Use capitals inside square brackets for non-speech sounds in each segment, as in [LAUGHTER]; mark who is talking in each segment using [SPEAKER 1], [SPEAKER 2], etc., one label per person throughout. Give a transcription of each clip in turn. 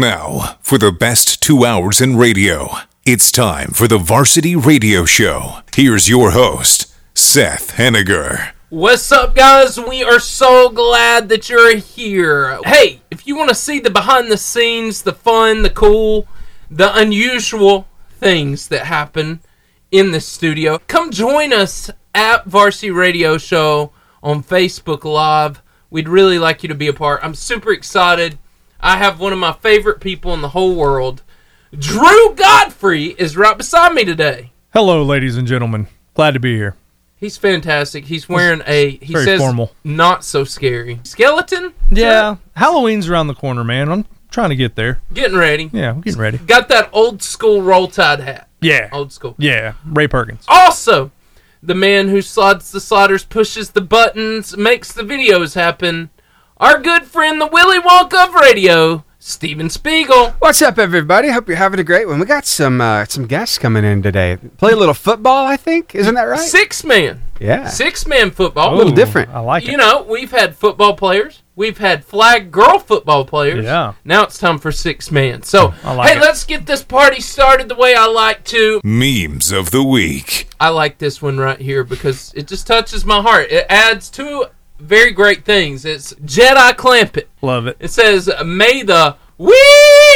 [SPEAKER 1] Now, for the best two hours in radio, it's time for the Varsity Radio Show. Here's your host, Seth Henniger.
[SPEAKER 2] What's up, guys? We are so glad that you're here. Hey, if you want to see the behind the scenes, the fun, the cool, the unusual things that happen in the studio, come join us at Varsity Radio Show on Facebook Live. We'd really like you to be a part. I'm super excited. I have one of my favorite people in the whole world. Drew Godfrey is right beside me today.
[SPEAKER 3] Hello, ladies and gentlemen. Glad to be here.
[SPEAKER 2] He's fantastic. He's wearing a he
[SPEAKER 3] very
[SPEAKER 2] says
[SPEAKER 3] formal.
[SPEAKER 2] not so scary skeleton.
[SPEAKER 3] Yeah, Halloween's around the corner, man. I'm trying to get there.
[SPEAKER 2] Getting ready.
[SPEAKER 3] Yeah, I'm getting ready.
[SPEAKER 2] Got that old school roll tide hat.
[SPEAKER 3] Yeah,
[SPEAKER 2] Old school.
[SPEAKER 3] yeah. Ray Perkins.
[SPEAKER 2] Also, the man who slides the sliders, pushes the buttons, makes the videos happen. Our good friend, the Willy Wonka of radio, Steven Spiegel.
[SPEAKER 4] What's up, everybody? Hope you're having a great one. We got some uh, some guests coming in today. Play a little football, I think. Isn't that right?
[SPEAKER 2] Six man.
[SPEAKER 4] Yeah.
[SPEAKER 2] Six man football.
[SPEAKER 4] little different.
[SPEAKER 3] I like
[SPEAKER 2] You
[SPEAKER 3] it.
[SPEAKER 2] know, we've had football players. We've had flag girl football players.
[SPEAKER 3] Yeah.
[SPEAKER 2] Now it's time for six man. So,
[SPEAKER 3] I like
[SPEAKER 2] hey,
[SPEAKER 3] it.
[SPEAKER 2] let's get this party started the way I like to.
[SPEAKER 1] Memes of the Week.
[SPEAKER 2] I like this one right here because it just touches my heart. It adds two very great things. It's Jedi Clampett.
[SPEAKER 3] Love it.
[SPEAKER 2] It says, "May the wee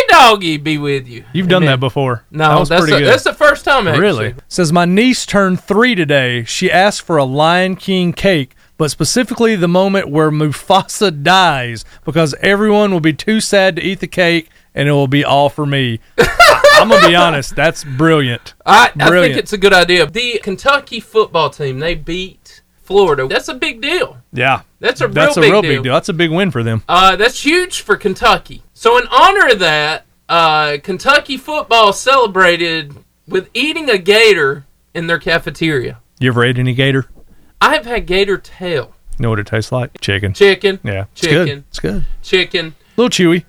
[SPEAKER 2] doggy be with you."
[SPEAKER 3] You've done
[SPEAKER 2] Amen.
[SPEAKER 3] that before. that
[SPEAKER 2] No,
[SPEAKER 3] was
[SPEAKER 2] that's
[SPEAKER 3] pretty
[SPEAKER 2] the,
[SPEAKER 3] good.
[SPEAKER 2] that's the first time. Actually.
[SPEAKER 3] really says my niece turned three today. She asked for a Lion King cake, but specifically the moment where Mufasa dies, because everyone will be too sad to eat the cake, and it will be all for
[SPEAKER 2] [LAUGHS]
[SPEAKER 3] me. I- I'm gonna be honest. That's brilliant.
[SPEAKER 2] I, I think
[SPEAKER 3] Brilliant.
[SPEAKER 2] it's a good idea. The Kentucky football team they beat Florida. That's a big deal.
[SPEAKER 3] Yeah,
[SPEAKER 2] That's a real
[SPEAKER 3] that's a
[SPEAKER 2] big
[SPEAKER 3] real
[SPEAKER 2] deal.
[SPEAKER 3] big deal. That's a big win for them.
[SPEAKER 2] Uh, that's huge for Kentucky. So in honor of that, uh, Kentucky football celebrated with eating a gator in their cafeteria.
[SPEAKER 3] You ever ate any gator?
[SPEAKER 2] I have had gator tail,
[SPEAKER 3] You know what it tastes like? Chicken.
[SPEAKER 2] chicken,
[SPEAKER 3] yeah, it's
[SPEAKER 2] chicken,
[SPEAKER 3] good. It's good.
[SPEAKER 2] chicken.
[SPEAKER 3] A little chewy.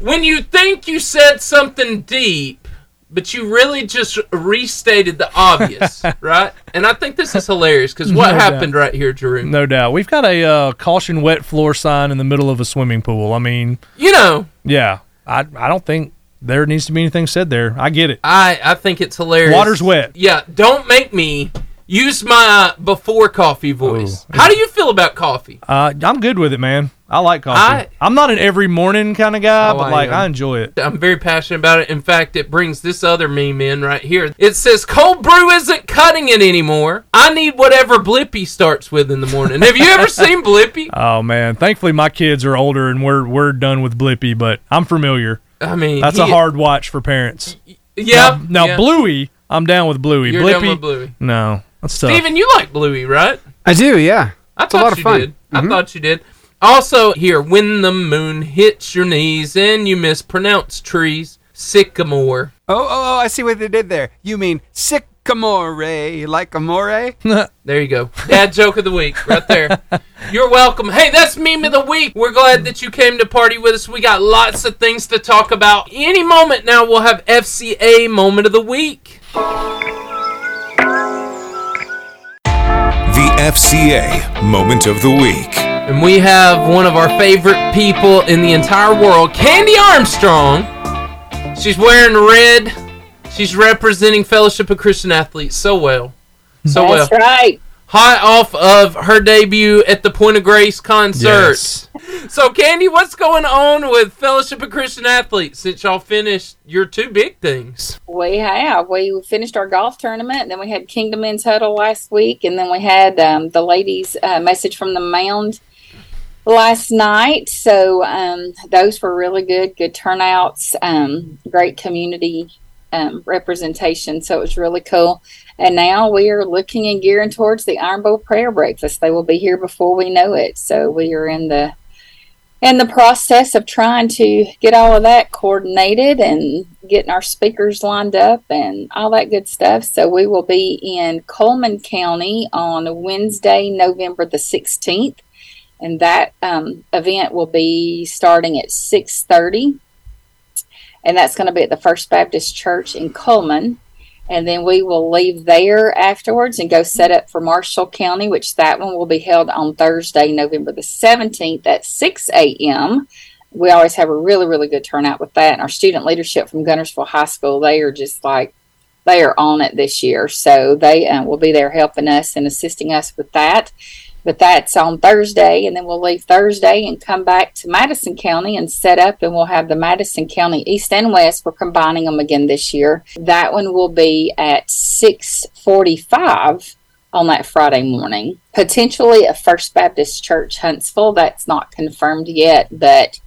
[SPEAKER 2] when you think you said something deep, but you really just restated the
[SPEAKER 3] [LAUGHS]
[SPEAKER 2] obvious, right? And I think this is hilarious because
[SPEAKER 3] No
[SPEAKER 2] what
[SPEAKER 3] doubt.
[SPEAKER 2] happened right here, Drew?
[SPEAKER 3] No doubt. We've got a uh, caution wet floor sign in the middle of a swimming pool. I mean,
[SPEAKER 2] You know,
[SPEAKER 3] yeah. I I don't think there needs to be anything said there. I get it.
[SPEAKER 2] I I think it's hilarious.
[SPEAKER 3] Water's wet.
[SPEAKER 2] Yeah, don't make me use my before coffee voice.
[SPEAKER 3] Oh.
[SPEAKER 2] How do you feel about coffee?
[SPEAKER 3] Uh, I'm good with it, man. I like coffee.
[SPEAKER 2] I-
[SPEAKER 3] I'm not an every morning kind of guy,
[SPEAKER 2] Oh, I
[SPEAKER 3] but like
[SPEAKER 2] am.
[SPEAKER 3] I enjoy it.
[SPEAKER 2] I'm very passionate about it. In fact, it brings this other meme in right here. It says, Cold brew isn't cutting it anymore. I need whatever Blippy starts with in the morning. Have you ever
[SPEAKER 3] [LAUGHS]
[SPEAKER 2] seen Blippy?
[SPEAKER 3] Oh man, thankfully my kids are older and we're we're done with Blippy, but I'm familiar.
[SPEAKER 2] I mean,
[SPEAKER 3] That's a
[SPEAKER 2] he-
[SPEAKER 3] hard watch for parents. Now,
[SPEAKER 2] Yeah.
[SPEAKER 3] now
[SPEAKER 2] yeah.
[SPEAKER 3] Bluey, I'm down with Bluey.
[SPEAKER 2] You're
[SPEAKER 3] Blippy,
[SPEAKER 2] down with Bluey.
[SPEAKER 3] no, that's tough.
[SPEAKER 2] Steven, you like Bluey, right?
[SPEAKER 4] I do, yeah.
[SPEAKER 2] I
[SPEAKER 4] It's a
[SPEAKER 2] thought
[SPEAKER 4] lot of
[SPEAKER 2] you
[SPEAKER 4] fun. Mm-hmm.
[SPEAKER 2] did. I thought you did. Also, here, when the moon hits your knees and you mispronounce trees, sycamore.
[SPEAKER 4] Oh, oh, oh, I see what they did there. You mean sycamore,
[SPEAKER 3] [LAUGHS]
[SPEAKER 4] like amore?
[SPEAKER 2] There you go. Dad joke of the week, right there. You're welcome. Hey, that's meme of the week. We're glad that you came to party with us. We got lots of things to talk about. Any moment now, we'll have FCA moment of the week.
[SPEAKER 1] The FCA Moment of the Week.
[SPEAKER 2] And we have one of our favorite people in the entire world, Candy Armstrong. She's wearing red. She's representing Fellowship of Christian Athletes so well. So Oh, well.
[SPEAKER 5] That's right.
[SPEAKER 2] Hot off of her debut at the Point of Grace concert.
[SPEAKER 3] Yes.
[SPEAKER 2] So, Candy, what's going on with Fellowship of Christian Athletes since y'all finished your two big things?
[SPEAKER 5] We have. We finished our golf tournament. and Then we had Kingdom Men's Huddle last week. And then we had um, the ladies' uh, message from the mound last night. So um, those were really good. Good turnouts. Um, great community um, representation. So it was really cool. And now we are looking and gearing towards the Iron Bowl prayer breakfast. They will be here before we know it. So we are in the in the process of trying to get all of that coordinated and getting our speakers lined up and all that good stuff. So we will be in Coleman County on Wednesday, November the 16th, and that um, event will be starting at 6:30, and that's going to be at the First Baptist Church in Coleman. And then we will leave there afterwards and go set up for Marshall County, which that one will be held on Thursday, November the 17th at 6 a.m. we always have a really, really good turnout with that. And our student leadership from Gunnersville High School, they are just like, they are on it this year. So they uh, will be there helping us and assisting us with that. But that's on Thursday. And then we'll leave Thursday and come back to Madison County and set up. And we'll have the Madison County East and West. We're combining them again this year. That one will be at 645 on that Friday morning. Potentially a First Baptist Church Huntsville. That's not confirmed yet, but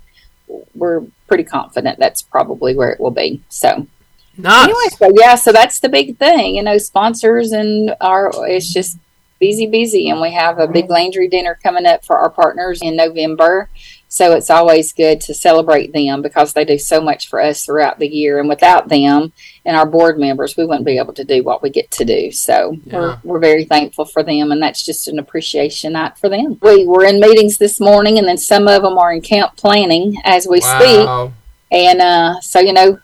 [SPEAKER 5] we're pretty confident that's probably where it will be. So
[SPEAKER 2] Nice.
[SPEAKER 5] anyway, so yeah, so that's the big thing. You know, sponsors and our it's just busy, busy, and we have a
[SPEAKER 2] Mm-hmm.
[SPEAKER 5] big Landry dinner coming up for our partners in November. So it's always good to celebrate them because they do so much for us throughout the year. And without them and our board members, we wouldn't be able to do what we get to do. So
[SPEAKER 2] Yeah.
[SPEAKER 5] we're, we're very thankful for them. And that's just an appreciation night for them. We were in meetings this morning, and then some of them are in camp planning as we speak.
[SPEAKER 2] wow.
[SPEAKER 5] And uh, so, you know,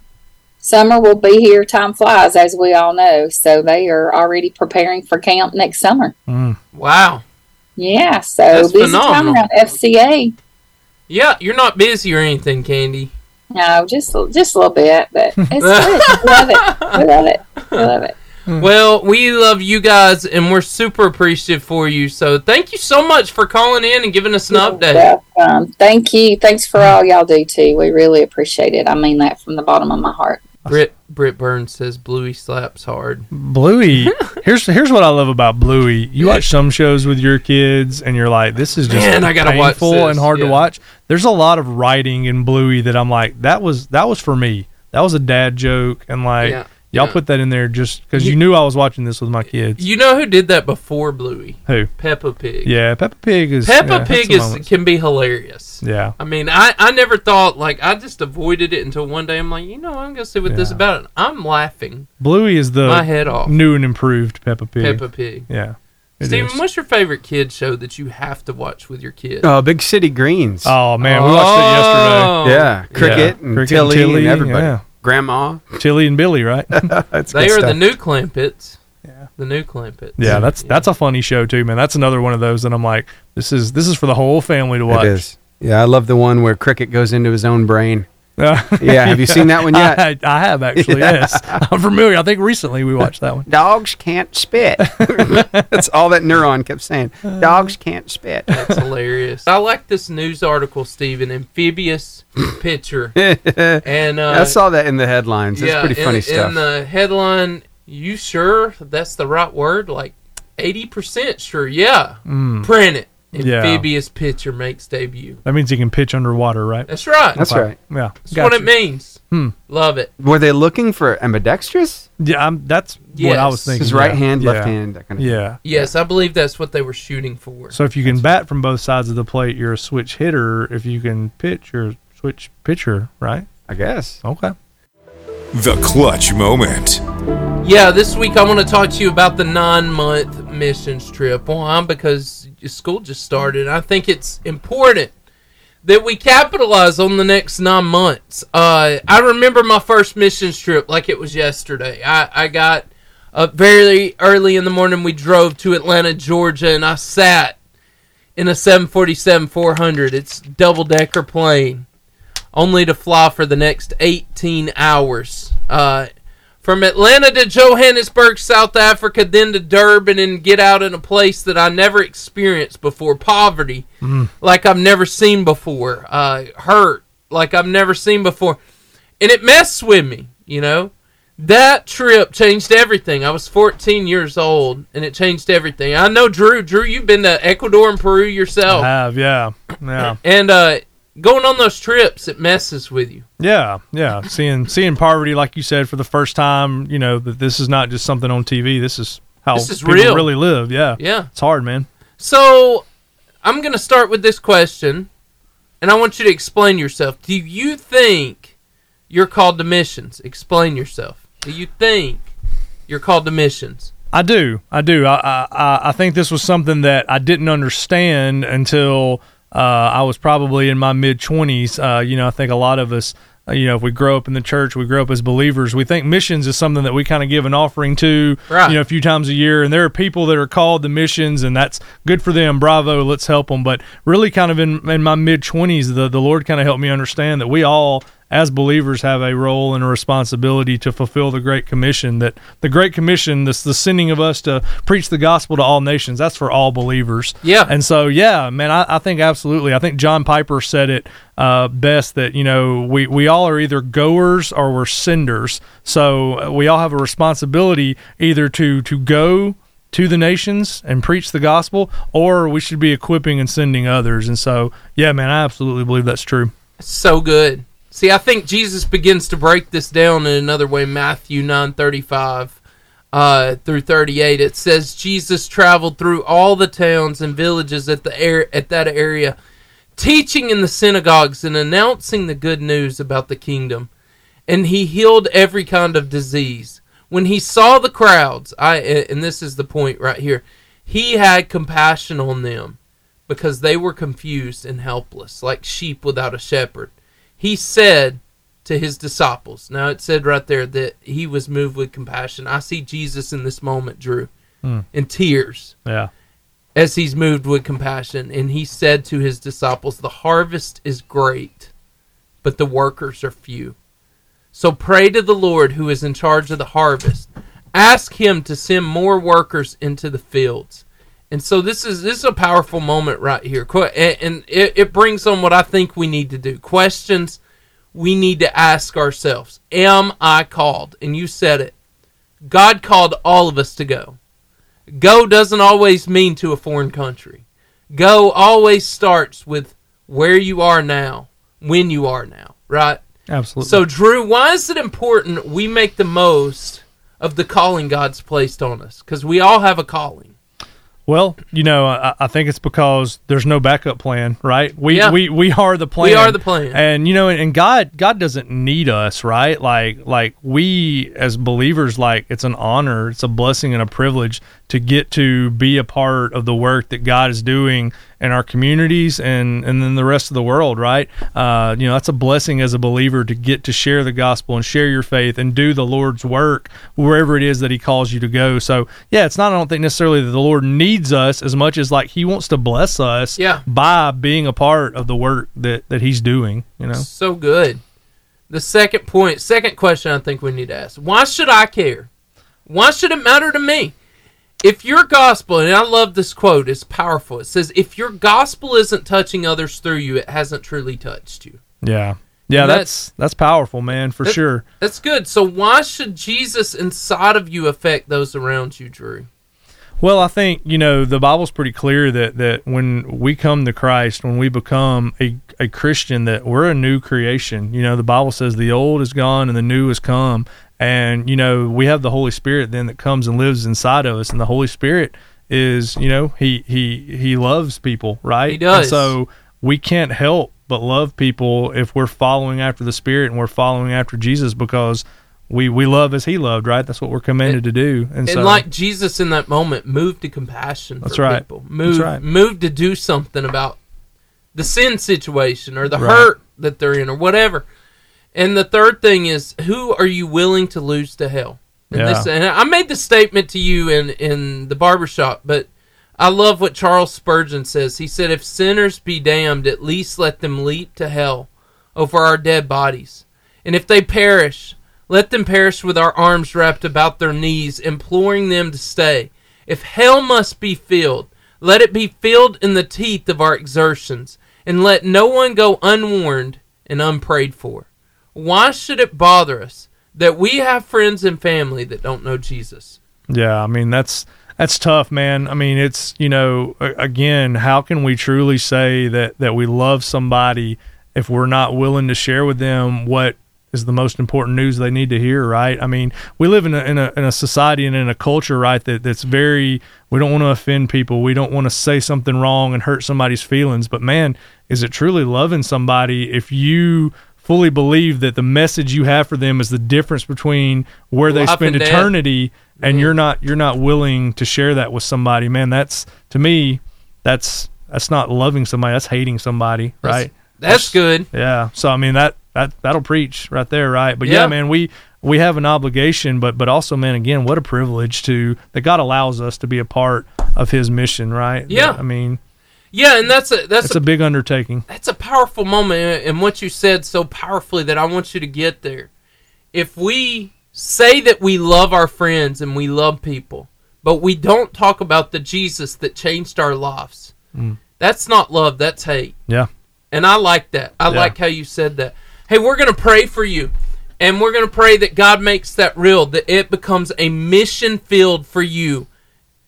[SPEAKER 5] summer will be here. Time flies, as we all know. So they are already preparing for camp next summer.
[SPEAKER 2] Wow.
[SPEAKER 5] Yeah. So
[SPEAKER 2] That's
[SPEAKER 5] busy
[SPEAKER 2] phenomenal.
[SPEAKER 5] time around FCA.
[SPEAKER 2] Yeah, you're not busy or anything, Candy.
[SPEAKER 5] No, just a- just a little bit, but
[SPEAKER 2] [LAUGHS]
[SPEAKER 5] it's good. We love it. We love it. We love it.
[SPEAKER 2] Well, we love you guys and we're super appreciative for you. So thank you so much for calling in and giving us an update.
[SPEAKER 5] So, um, thank you. Thanks for all y'all do too. We really appreciate it. I mean that from the bottom of my heart.
[SPEAKER 2] Britt Britt Burns says Bluey slaps hard. [LAUGHS]
[SPEAKER 3] Bluey, here's here's what I love about Bluey. You watch some shows with your kids, and you're like, "This is just
[SPEAKER 2] Man, I gotta watch
[SPEAKER 3] painful
[SPEAKER 2] this,
[SPEAKER 3] and hard
[SPEAKER 2] yeah.
[SPEAKER 3] to watch." There's a lot of writing in Bluey that I'm like, "That was that was for me. That was a dad joke," and like
[SPEAKER 2] Yeah,
[SPEAKER 3] y'all
[SPEAKER 2] yeah.
[SPEAKER 3] put that in there just because you knew I was watching this with my kids.
[SPEAKER 2] You know who did that before Bluey?
[SPEAKER 3] Who?
[SPEAKER 2] Peppa Pig.
[SPEAKER 3] Yeah, Peppa Pig is
[SPEAKER 2] Peppa
[SPEAKER 3] yeah, that's
[SPEAKER 2] Pig
[SPEAKER 3] the
[SPEAKER 2] is
[SPEAKER 3] moment.
[SPEAKER 2] can be hilarious.
[SPEAKER 3] yeah.
[SPEAKER 2] I mean, I, I never thought like I just avoided it until one day I'm like, you know, I'm gonna see what this is
[SPEAKER 3] Yeah. Oh,
[SPEAKER 2] about. And I'm laughing
[SPEAKER 3] Bluey is the
[SPEAKER 2] my head off.
[SPEAKER 3] new and improved Peppa Pig.
[SPEAKER 2] Peppa Pig.
[SPEAKER 3] Yeah. it
[SPEAKER 2] Steven,
[SPEAKER 3] is.
[SPEAKER 2] what's your favorite kid show that you have to watch with your kid?
[SPEAKER 4] Oh, Big City Greens.
[SPEAKER 3] Oh man, we watched it yesterday.
[SPEAKER 2] Oh,
[SPEAKER 4] yeah, Cricket
[SPEAKER 3] Yeah.
[SPEAKER 4] and
[SPEAKER 3] Cricket and
[SPEAKER 4] Tilly and,
[SPEAKER 3] Tilly,
[SPEAKER 4] everybody.
[SPEAKER 3] yeah.
[SPEAKER 4] Grandma.
[SPEAKER 2] Oh.
[SPEAKER 3] Tilly and Billy, right?
[SPEAKER 4] That's
[SPEAKER 2] They
[SPEAKER 4] good
[SPEAKER 2] are
[SPEAKER 4] stuff.
[SPEAKER 2] the new Clampets.
[SPEAKER 3] Yeah.
[SPEAKER 2] The new Clampets.
[SPEAKER 3] Yeah, that's that's a funny show too, man. That's another one of those that I'm like, this is this is for the whole family to watch. [LAUGHS]
[SPEAKER 4] It is. Yeah, I love the one where Cricket goes into his own brain.
[SPEAKER 3] Uh,
[SPEAKER 4] Yeah, have you seen that
[SPEAKER 3] [LAUGHS]
[SPEAKER 4] one yet?
[SPEAKER 3] I, I have
[SPEAKER 4] [LAUGHS]
[SPEAKER 3] actually. Yes, I'm familiar. I think recently we watched that one.
[SPEAKER 4] Dogs can't [LAUGHS] spit. That's all that neuron kept saying. Dogs can't spit.
[SPEAKER 2] That's hilarious. I like this news article, Steven. Amphibious
[SPEAKER 3] [LAUGHS]
[SPEAKER 2] pitcher. and uh,
[SPEAKER 4] I saw that in the headlines. It's pretty funny
[SPEAKER 2] in,
[SPEAKER 4] stuff.
[SPEAKER 2] In the headline, you sure that's the right word? Like 80% sure. Yeah. Print it.
[SPEAKER 3] Yeah.
[SPEAKER 2] Amphibious pitcher makes debut.
[SPEAKER 3] That means you can pitch underwater, right?
[SPEAKER 2] That's right. That's,
[SPEAKER 4] That's right.
[SPEAKER 3] Yeah,
[SPEAKER 2] what
[SPEAKER 3] gotcha.
[SPEAKER 2] it means. Love it.
[SPEAKER 4] Were they looking for ambidextrous?
[SPEAKER 3] Yeah, I'm, that's what I was
[SPEAKER 2] Yes.
[SPEAKER 3] thinking.
[SPEAKER 4] His right
[SPEAKER 3] yeah.
[SPEAKER 4] hand,
[SPEAKER 3] yeah.
[SPEAKER 4] left hand, that kind of
[SPEAKER 3] Yeah.
[SPEAKER 2] Yes, I believe that's what they were shooting for.
[SPEAKER 3] So if you can bat from both sides of the plate, you're a switch hitter. If you can pitch, you're a switch pitcher, right?
[SPEAKER 4] I guess.
[SPEAKER 3] Okay.
[SPEAKER 1] The clutch moment.
[SPEAKER 2] Yeah, this week I want to talk to you about the nine month missions trip. Why? Because your school just started. I think it's important that we capitalize on the next nine months. Uh, I remember my first missions trip like it was yesterday. I, I got up very early in the morning. We drove to Atlanta, Georgia, and I sat in a 747 400. It's double decker plane, only to fly for the next 18 hours. Uh, from Atlanta to Johannesburg, South Africa, then to Durban, and get out in a place that I never experienced before. Poverty,
[SPEAKER 3] Mm.
[SPEAKER 2] like I've never seen before. Uh, hurt, like I've never seen before. And it messed with me, you know? That trip changed everything. I was 14 years old, and it changed everything. I know, Drew. Drew, you've been to Ecuador and Peru yourself.
[SPEAKER 3] I have. Yeah. Yeah.
[SPEAKER 2] And uh, going on those trips, it messes with you.
[SPEAKER 3] Yeah, yeah. Seeing seeing poverty, like you said, for the first time, you know that this is not just something on TV. This is how
[SPEAKER 2] This is
[SPEAKER 3] people
[SPEAKER 2] real.
[SPEAKER 3] really live. Yeah,
[SPEAKER 2] Yeah.
[SPEAKER 3] It's hard, man.
[SPEAKER 2] So, I'm going to start with this question, and I want you to explain yourself. Do you think you're called to missions? Explain yourself. Do you think you're called to missions?
[SPEAKER 3] I do, I do. I I- I, I think this was something that I didn't understand until uh, I was probably in my mid twenties. Uh, you know, I think a lot of us uh, you know, if we grow up in the church, we grow up as believers. We think missions is something that we kind of give an offering to,
[SPEAKER 2] Right.
[SPEAKER 3] you know, a few times a year. And there are people that are called to missions, and that's good for them. Bravo, let's help them. But really, kind of in, in my mid 20s, the, the Lord kind of helped me understand that we all, as believers, have a role and a responsibility to fulfill the Great Commission. That the Great Commission, this, the sending of us to preach the gospel to all nations, that's for all believers.
[SPEAKER 2] Yeah.
[SPEAKER 3] And so, yeah, man, I, I think absolutely. I think John Piper said it uh, best that, you know, we, we all are either goers or we're senders. So uh, we all have a responsibility either to, to go to the nations and preach the gospel or we should be equipping and sending others. And so, yeah, man, I absolutely believe that's true.
[SPEAKER 2] so good. See, I think Jesus begins to break this down in another way. Matthew nine thirty five uh, through thirty eight. It says Jesus traveled through all the towns and villages at the air at that area, teaching in the synagogues and announcing the good news about the kingdom. And he healed every kind of disease. When he saw the crowds, I and this is the point right here, he had compassion on them because they were confused and helpless, like sheep without a shepherd. He said to his disciples, now it said right there that he was moved with compassion. I see Jesus in this moment, Drew, in tears
[SPEAKER 3] Yeah.
[SPEAKER 2] as he's moved with compassion. And he said to his disciples, The harvest is great, but the workers are few. So pray to the Lord who is in charge of the harvest. Ask him to send more workers into the fields. And so this is this is a powerful moment right here. Que- And, and it, it brings on what I think we need to do. Questions we need to ask ourselves. Am I called? And you said it. God called all of us to go. Go doesn't always mean to a foreign country. Go always starts with where you are now, when you are now, right?
[SPEAKER 3] Absolutely.
[SPEAKER 2] So, Drew, why is it important we make the most of the calling God's placed on us? Because we all have a calling.
[SPEAKER 3] Well, you know, I, I think it's because there's no backup plan, right? We
[SPEAKER 2] Yeah.
[SPEAKER 3] we, we are the plan.
[SPEAKER 2] We are the plan.
[SPEAKER 3] and you know, and God God doesn't need us, right? Like like we as believers, like it's an honor, it's a blessing and a privilege to get to be a part of the work that God is doing in our communities and and then the rest of the world, right? Uh, you know, that's a blessing as a believer to get to share the gospel and share your faith and do the Lord's work wherever it is that He calls you to go. So yeah, it's not I don't think necessarily that the Lord needs us as much as like He wants to bless us
[SPEAKER 2] Yeah.
[SPEAKER 3] by being a part of the work that that He's doing. You know,
[SPEAKER 2] So good. The second point, second question I think we need to ask why should I care? Why should it matter to me? If your gospel, and I love this quote, it's powerful. It says, If your gospel isn't touching others through you, it hasn't truly touched you.
[SPEAKER 3] yeah, yeah,
[SPEAKER 2] And
[SPEAKER 3] that's that's powerful, man, for
[SPEAKER 2] That-
[SPEAKER 3] sure.
[SPEAKER 2] That's good. So why should Jesus inside of you affect those around you, Drew?
[SPEAKER 3] Well, I think you know the Bible's pretty clear that that when we come to Christ, when we become a, a Christian, that we're a new creation. You know, the Bible says the old is gone and the new has come, and you know we have the Holy Spirit then that comes and lives inside of us, and the Holy Spirit is you know he he he loves people, right?
[SPEAKER 2] He does.
[SPEAKER 3] And so we can't help but love people if we're following after the Spirit and we're following after Jesus because. We, we love as he loved, right? That's what we're commanded to do. And, so,
[SPEAKER 2] and like Jesus in that moment, move to compassion
[SPEAKER 3] That's
[SPEAKER 2] for
[SPEAKER 3] right.
[SPEAKER 2] people. Move,
[SPEAKER 3] That's right.
[SPEAKER 2] move to do something about the sin situation or the
[SPEAKER 3] Right.
[SPEAKER 2] hurt that they're in or whatever. And the third thing is, who are you willing to lose to hell? And,
[SPEAKER 3] Yeah.
[SPEAKER 2] this, and I made the statement to you in in the barbershop, but I love what Charles Spurgeon says. He said, "If sinners be damned, at least let them leap to hell over our dead bodies, and if they perish, let them perish with our arms wrapped about their knees, imploring them to stay. If hell must be filled, let it be filled in the teeth of our exertions, and let no one go unwarned and unprayed for. Why should it bother us that we have friends and family that don't know Jesus?
[SPEAKER 3] Yeah, I mean that's that's tough, man. I mean it's you know a- again, how can we truly say that that we love somebody if we're not willing to share with them what is the most important news they need to hear, right? I mean, we live in a in a, in a society and in a culture, right, that that's very we don't want to offend people. We don't want to say something wrong and hurt somebody's feelings. But man, is it truly loving somebody if you fully believe that the message you have for them is the difference between where they
[SPEAKER 2] Life
[SPEAKER 3] spend
[SPEAKER 2] and death.
[SPEAKER 3] eternity eternity and
[SPEAKER 2] Mm-hmm.
[SPEAKER 3] you're not you're not willing to share that with somebody man that's to me that's that's not loving somebody that's hating somebody right
[SPEAKER 2] That's good.
[SPEAKER 3] yeah so i mean that That that'll preach right there, right? But yeah,
[SPEAKER 2] Yeah.
[SPEAKER 3] man, we we have an obligation, but but also, man, again, what a privilege to that God allows us to be a part of His mission, right?
[SPEAKER 2] Yeah.
[SPEAKER 3] I mean,
[SPEAKER 2] Yeah, and that's a that's
[SPEAKER 3] it's
[SPEAKER 2] a,
[SPEAKER 3] a big undertaking.
[SPEAKER 2] that's a powerful moment, and what you said so powerfully that I want you to get there. If we say that we love our friends and we love people, but we don't talk about the Jesus that changed our lives, that's not love. That's hate.
[SPEAKER 3] Mm. Yeah.
[SPEAKER 2] And I like that. I
[SPEAKER 3] Yeah.
[SPEAKER 2] like how you said that. Hey, we're going to pray for you. And we're going to pray that God makes that real, that it becomes a mission field for you.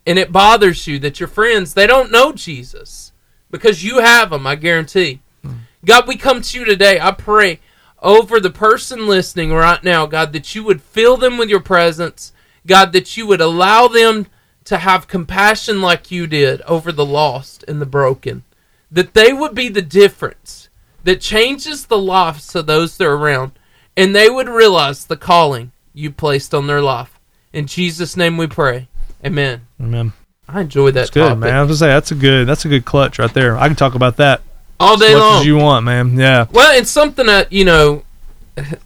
[SPEAKER 2] And it bothers you that your friends, they don't know Jesus because you have them, I guarantee.
[SPEAKER 3] Hmm.
[SPEAKER 2] God, we come to you today. I pray over the person listening right now, God, that you would fill them with your presence. God, that you would allow them to have compassion like you did over the lost and the broken that they would be the difference that changes the lives of those that are around, and they would realize the calling you placed on their life. In Jesus' name we pray. Amen.
[SPEAKER 3] Amen.
[SPEAKER 2] I enjoy that
[SPEAKER 3] It's good,
[SPEAKER 2] topic
[SPEAKER 3] man. I was gonna say that's a good that's a good clutch right there. I can talk about that
[SPEAKER 2] all day
[SPEAKER 3] as much
[SPEAKER 2] long.
[SPEAKER 3] as you want, man. Yeah.
[SPEAKER 2] Well, it's something that you know,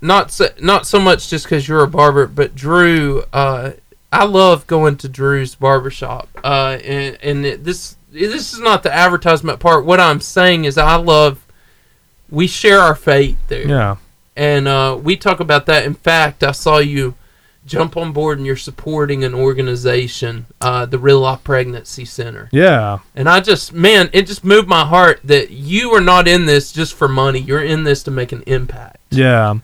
[SPEAKER 2] not so, not so much just because you're a barber, but Drew. Uh, I love going to Drew's barbershop, uh, and and it, this this is not the advertisement part. What I'm saying is, I love we share our faith there,
[SPEAKER 3] Yeah.
[SPEAKER 2] and uh, we talk about that. In fact, I saw you jump on board, and you're supporting an organization, uh, the Real Life Pregnancy Center.
[SPEAKER 3] Yeah.
[SPEAKER 2] And I just, man, it just moved my heart that you are not in this just for money. You're in this to make an impact.
[SPEAKER 3] Yeah.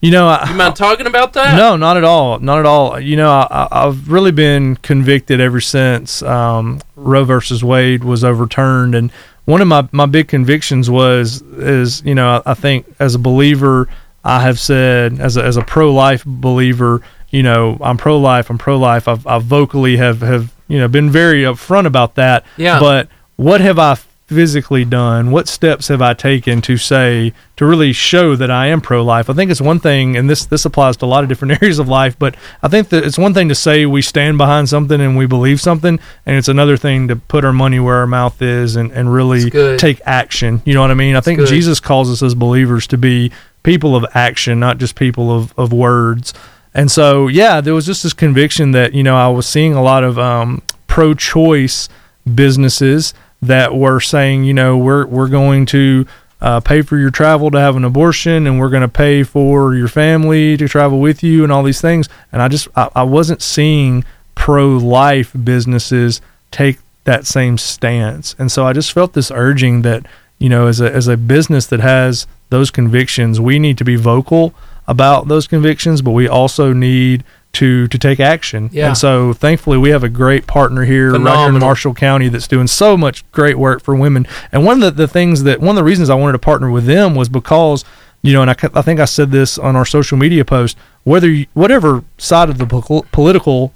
[SPEAKER 3] You know, I,
[SPEAKER 2] You mind talking about that?
[SPEAKER 3] No, not at all. Not at all. You know, I, I- I've really been convicted ever since um, Roe versus Wade was overturned, and one of my, my big convictions was is you know I, I think as a believer I have said as a, as a pro life believer you know I'm pro life I'm pro life I've I vocally have have you know been very upfront about that
[SPEAKER 2] Yeah.
[SPEAKER 3] but what have I physically done? What steps have I taken to say to really show that I am pro-life? I think it's one thing, and this this applies to a lot of different [LAUGHS] areas of life, but I think that it's one thing to say we stand behind something and we believe something, and it's another thing to put our money where our mouth is and and really
[SPEAKER 2] It's good.
[SPEAKER 3] take action. You know what I mean? I think
[SPEAKER 2] good.
[SPEAKER 3] Jesus calls us as believers to be people of action, not just people of of words. And so, yeah, there was just this conviction that you know I was seeing a lot of um, pro-choice businesses that were saying, you know, we're we're going to uh, pay for your travel to have an abortion, and we're going to pay for your family to travel with you, and all these things. And I just I, I wasn't seeing pro-life businesses take that same stance, and so I just felt this urging that you know, as a as a business that has those convictions, we need to be vocal about those convictions, but we also need to to take action.
[SPEAKER 2] Yeah.
[SPEAKER 3] And so thankfully we have a great partner here right here in
[SPEAKER 2] Phenomenal.
[SPEAKER 3] Marshall County that's doing so much great work for women. And one of the, the things that one of the reasons I wanted to partner with them was because you know, and I, c- I think I said this on our social media post. Whether you, whatever side of the po- political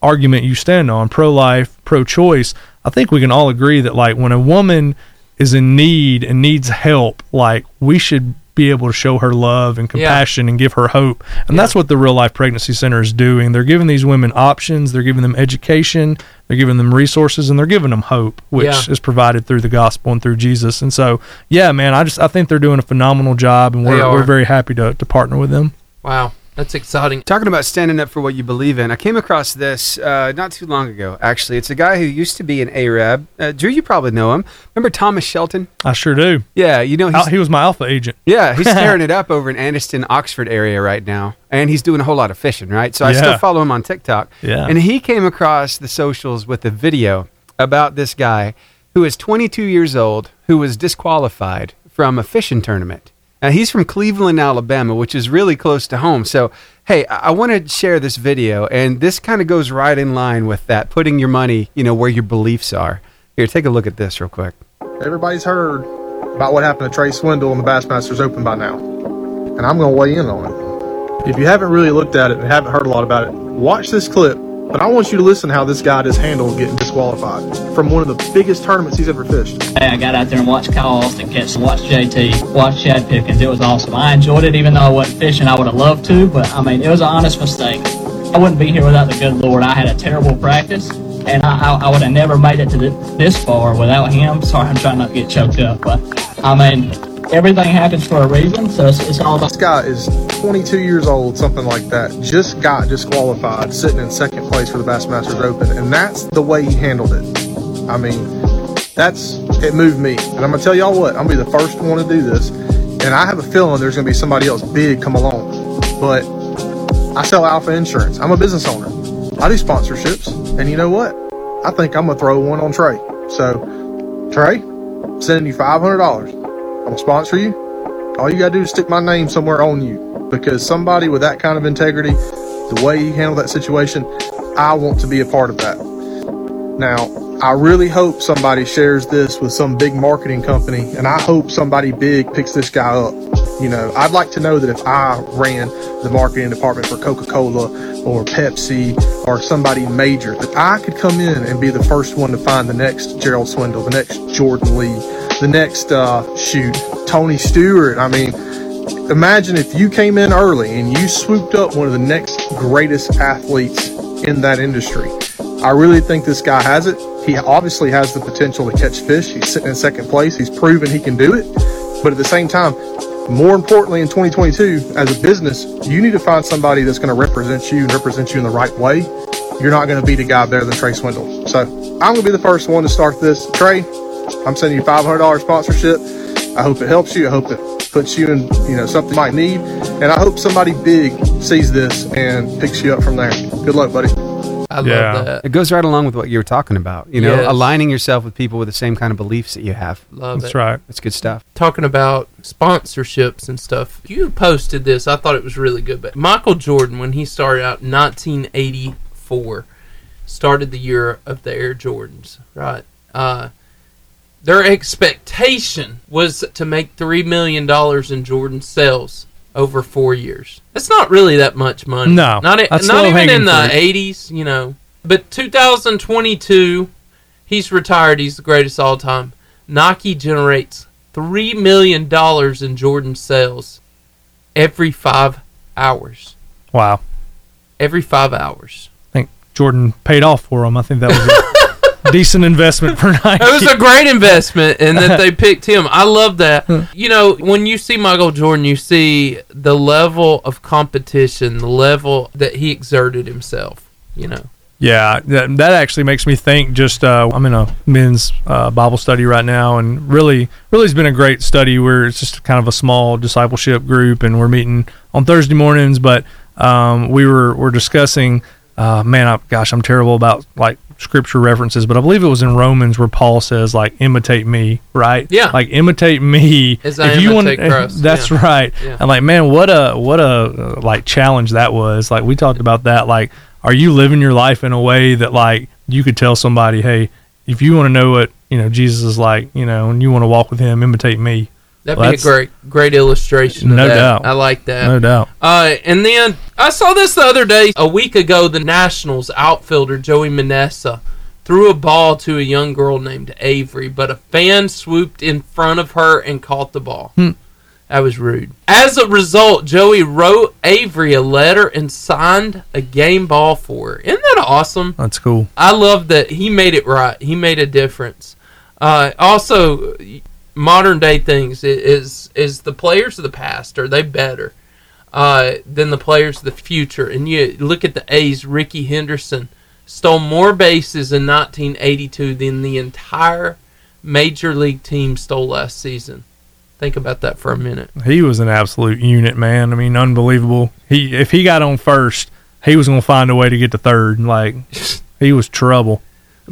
[SPEAKER 3] argument you stand on, pro life, pro choice, I think we can all agree that like when a woman is in need and needs help, like we should be able to show her love and compassion and give her hope. And that's what the real life pregnancy center is doing. They're giving these women options, they're giving them education, they're giving them resources, and they're giving them hope, which
[SPEAKER 2] Yeah.
[SPEAKER 3] is provided through the gospel and through Jesus. And so, yeah, man, I just I think they're doing a phenomenal job and
[SPEAKER 2] They
[SPEAKER 3] we're,
[SPEAKER 2] are.
[SPEAKER 3] we're very happy to, to partner with them.
[SPEAKER 2] Wow, that's exciting.
[SPEAKER 4] Talking about standing up for what you believe in, I came across this uh, not too long ago. Actually, it's a guy who used to be an Arab. Uh, Drew, you probably know him. Remember Thomas Shelton?
[SPEAKER 3] I sure do.
[SPEAKER 4] Yeah, you know he's,
[SPEAKER 3] Al- he was my alpha agent.
[SPEAKER 4] [LAUGHS] yeah
[SPEAKER 3] [LAUGHS]
[SPEAKER 4] he's tearing it up over in Anniston, Oxford area right now, and he's doing a whole lot of fishing, right? So I
[SPEAKER 3] Yeah.
[SPEAKER 4] still follow him on TikTok.
[SPEAKER 3] Yeah.
[SPEAKER 4] and he came across the socials with a video about this guy who is 22 years old who was disqualified from a fishing tournament. Now he's from Cleveland, Alabama, which is really close to home. So, hey, I, I want to share this video, and this kind of goes right in line with that putting your money, you know, where your beliefs are. Here, take a look at this real quick.
[SPEAKER 6] Everybody's heard about what happened to Trey Swindle in the Bassmasters Open by now, and I'm going to weigh in on it. If you haven't really looked at it and haven't heard a lot about it, watch this clip. But I want you to listen how this guy just handled getting disqualified from one of the biggest tournaments he's ever fished.
[SPEAKER 7] Hey, I got out there and watched Kyle Austin catch, watched JT, watched Chad Pickens. It was awesome. I enjoyed it, even though I wasn't fishing. I would have loved to, but I mean, it was an honest mistake. I wouldn't be here without the good Lord. I had a terrible practice, and I, I, I would have never made it to th- this far without him. Sorry, I'm trying not to get choked up, but I mean, everything happens for a reason, so it's, it's all about.
[SPEAKER 6] This guy is 22 years old, something like that. Just got disqualified, sitting in second place for the Bassmasters Open, and that's the way he handled it. I mean, that's it moved me, and I'm gonna tell y'all what, I'm gonna be the first one to do this, and I have a feeling there's gonna be somebody else big come along. But I sell Alpha Insurance. I'm a business owner. I do sponsorships, and you know what? I think I'm gonna throw one on Trey. So, Trey, I'm sending you $500. I'm gonna sponsor you. All you gotta do is stick my name somewhere on you because somebody with that kind of integrity, the way he handled that situation, I want to be a part of that. Now, I really hope somebody shares this with some big marketing company, and I hope somebody big picks this guy up. You know, I'd like to know that if I ran the marketing department for Coca Cola or Pepsi or somebody major, that I could come in and be the first one to find the next Gerald Swindle, the next Jordan Lee, the next, uh, shoot, Tony Stewart. I mean, imagine if you came in early and you swooped up one of the next greatest athletes in that industry. I really think this guy has it. He obviously has the potential to catch fish. He's sitting in second place. He's proven he can do it. But at the same time, more importantly, in 2022, as a business, you need to find somebody that's going to represent you and represent you in the right way. You're not going to beat a guy better than Trey Swindle. So I'm going to be the first one to start this. Trey, I'm sending you $500 sponsorship. I hope it helps you. I hope it puts you in, you know, something you might need. And I hope somebody big sees this and picks you up from there. Good luck, buddy.
[SPEAKER 2] I
[SPEAKER 3] Yeah.
[SPEAKER 2] love that.
[SPEAKER 4] It goes right along with what you were talking about. You know,
[SPEAKER 2] Yes.
[SPEAKER 4] aligning yourself with people with the same kind of beliefs that you have.
[SPEAKER 2] Love
[SPEAKER 3] That's
[SPEAKER 2] it.
[SPEAKER 3] right.
[SPEAKER 4] That's good stuff.
[SPEAKER 2] Talking about sponsorships and stuff. You posted this. I thought it was really good. But Michael Jordan, when he started out in 1984, started the year of the Air Jordans, right? Uh, their expectation was to make $3 million in Jordan sales over four years. That's not really that much money.
[SPEAKER 3] No,
[SPEAKER 2] Not, e-,
[SPEAKER 3] that's
[SPEAKER 2] not even
[SPEAKER 3] low-hanging
[SPEAKER 2] in the
[SPEAKER 3] fruit.
[SPEAKER 2] 80s, you know. But 2022, he's retired. He's the greatest all time. Nike generates $3 million in Jordan sales every five hours.
[SPEAKER 3] Wow.
[SPEAKER 2] Every five hours.
[SPEAKER 3] I think Jordan paid off for him. I think that
[SPEAKER 2] [LAUGHS]
[SPEAKER 3] was a decent investment for Nike.
[SPEAKER 2] It was a great investment, and that [LAUGHS] they picked him. I love that. You know, when you see Michael Jordan, you see the level of competition, the level that he exerted himself. You know,
[SPEAKER 3] yeah, that, that actually makes me think. Just uh, I'm in a men's uh, Bible study right now, and really, really has been a great study where it's just kind of a small discipleship group, and we're meeting on Thursday mornings. But um, we were we're discussing. Uh, man, I, gosh, I'm terrible about like scripture references, but I believe it was in Romans where Paul says like imitate me, right?
[SPEAKER 2] Yeah.
[SPEAKER 3] like imitate me.
[SPEAKER 2] As I
[SPEAKER 3] wanna-
[SPEAKER 2] imitate
[SPEAKER 3] [LAUGHS]
[SPEAKER 2] Christ,
[SPEAKER 3] that's
[SPEAKER 2] yeah.
[SPEAKER 3] right.
[SPEAKER 2] Yeah.
[SPEAKER 3] And like, man, what a what a uh, like challenge that was. Like we talked about that. Like, are you living your life in a way that like you could tell somebody, hey, if you want to know what you know Jesus is like, you know, and you want to walk with Him, imitate me.
[SPEAKER 2] that'd
[SPEAKER 3] Well,
[SPEAKER 2] be a
[SPEAKER 3] that's-
[SPEAKER 2] great, great illustration. Of
[SPEAKER 3] No
[SPEAKER 2] that.
[SPEAKER 3] doubt.
[SPEAKER 2] I like that.
[SPEAKER 3] No doubt.
[SPEAKER 2] Uh, and then I saw this the other day, a week ago. The Nationals outfielder Joey Manessa threw a ball to a young girl named Avery, but a fan swooped in front of her and caught the ball. That was rude. As a result, Joey wrote Avery a letter and signed a game ball for her. Isn't that awesome?
[SPEAKER 3] That's cool.
[SPEAKER 2] I love that he made it right. He made a difference. Uh, also, modern day things i- is is the players of the past are they better uh, than the players of the future? And you look at the A's. Ricky Henderson stole more bases in 1982 than the entire major league team stole last season. Think about that for a
[SPEAKER 3] [LAUGHS]
[SPEAKER 2] minute.
[SPEAKER 3] He was an absolute unit, man. I mean, unbelievable. He if he got on first, he was gonna find a way to get to third.
[SPEAKER 2] [LAUGHS]
[SPEAKER 3] Like, he was trouble.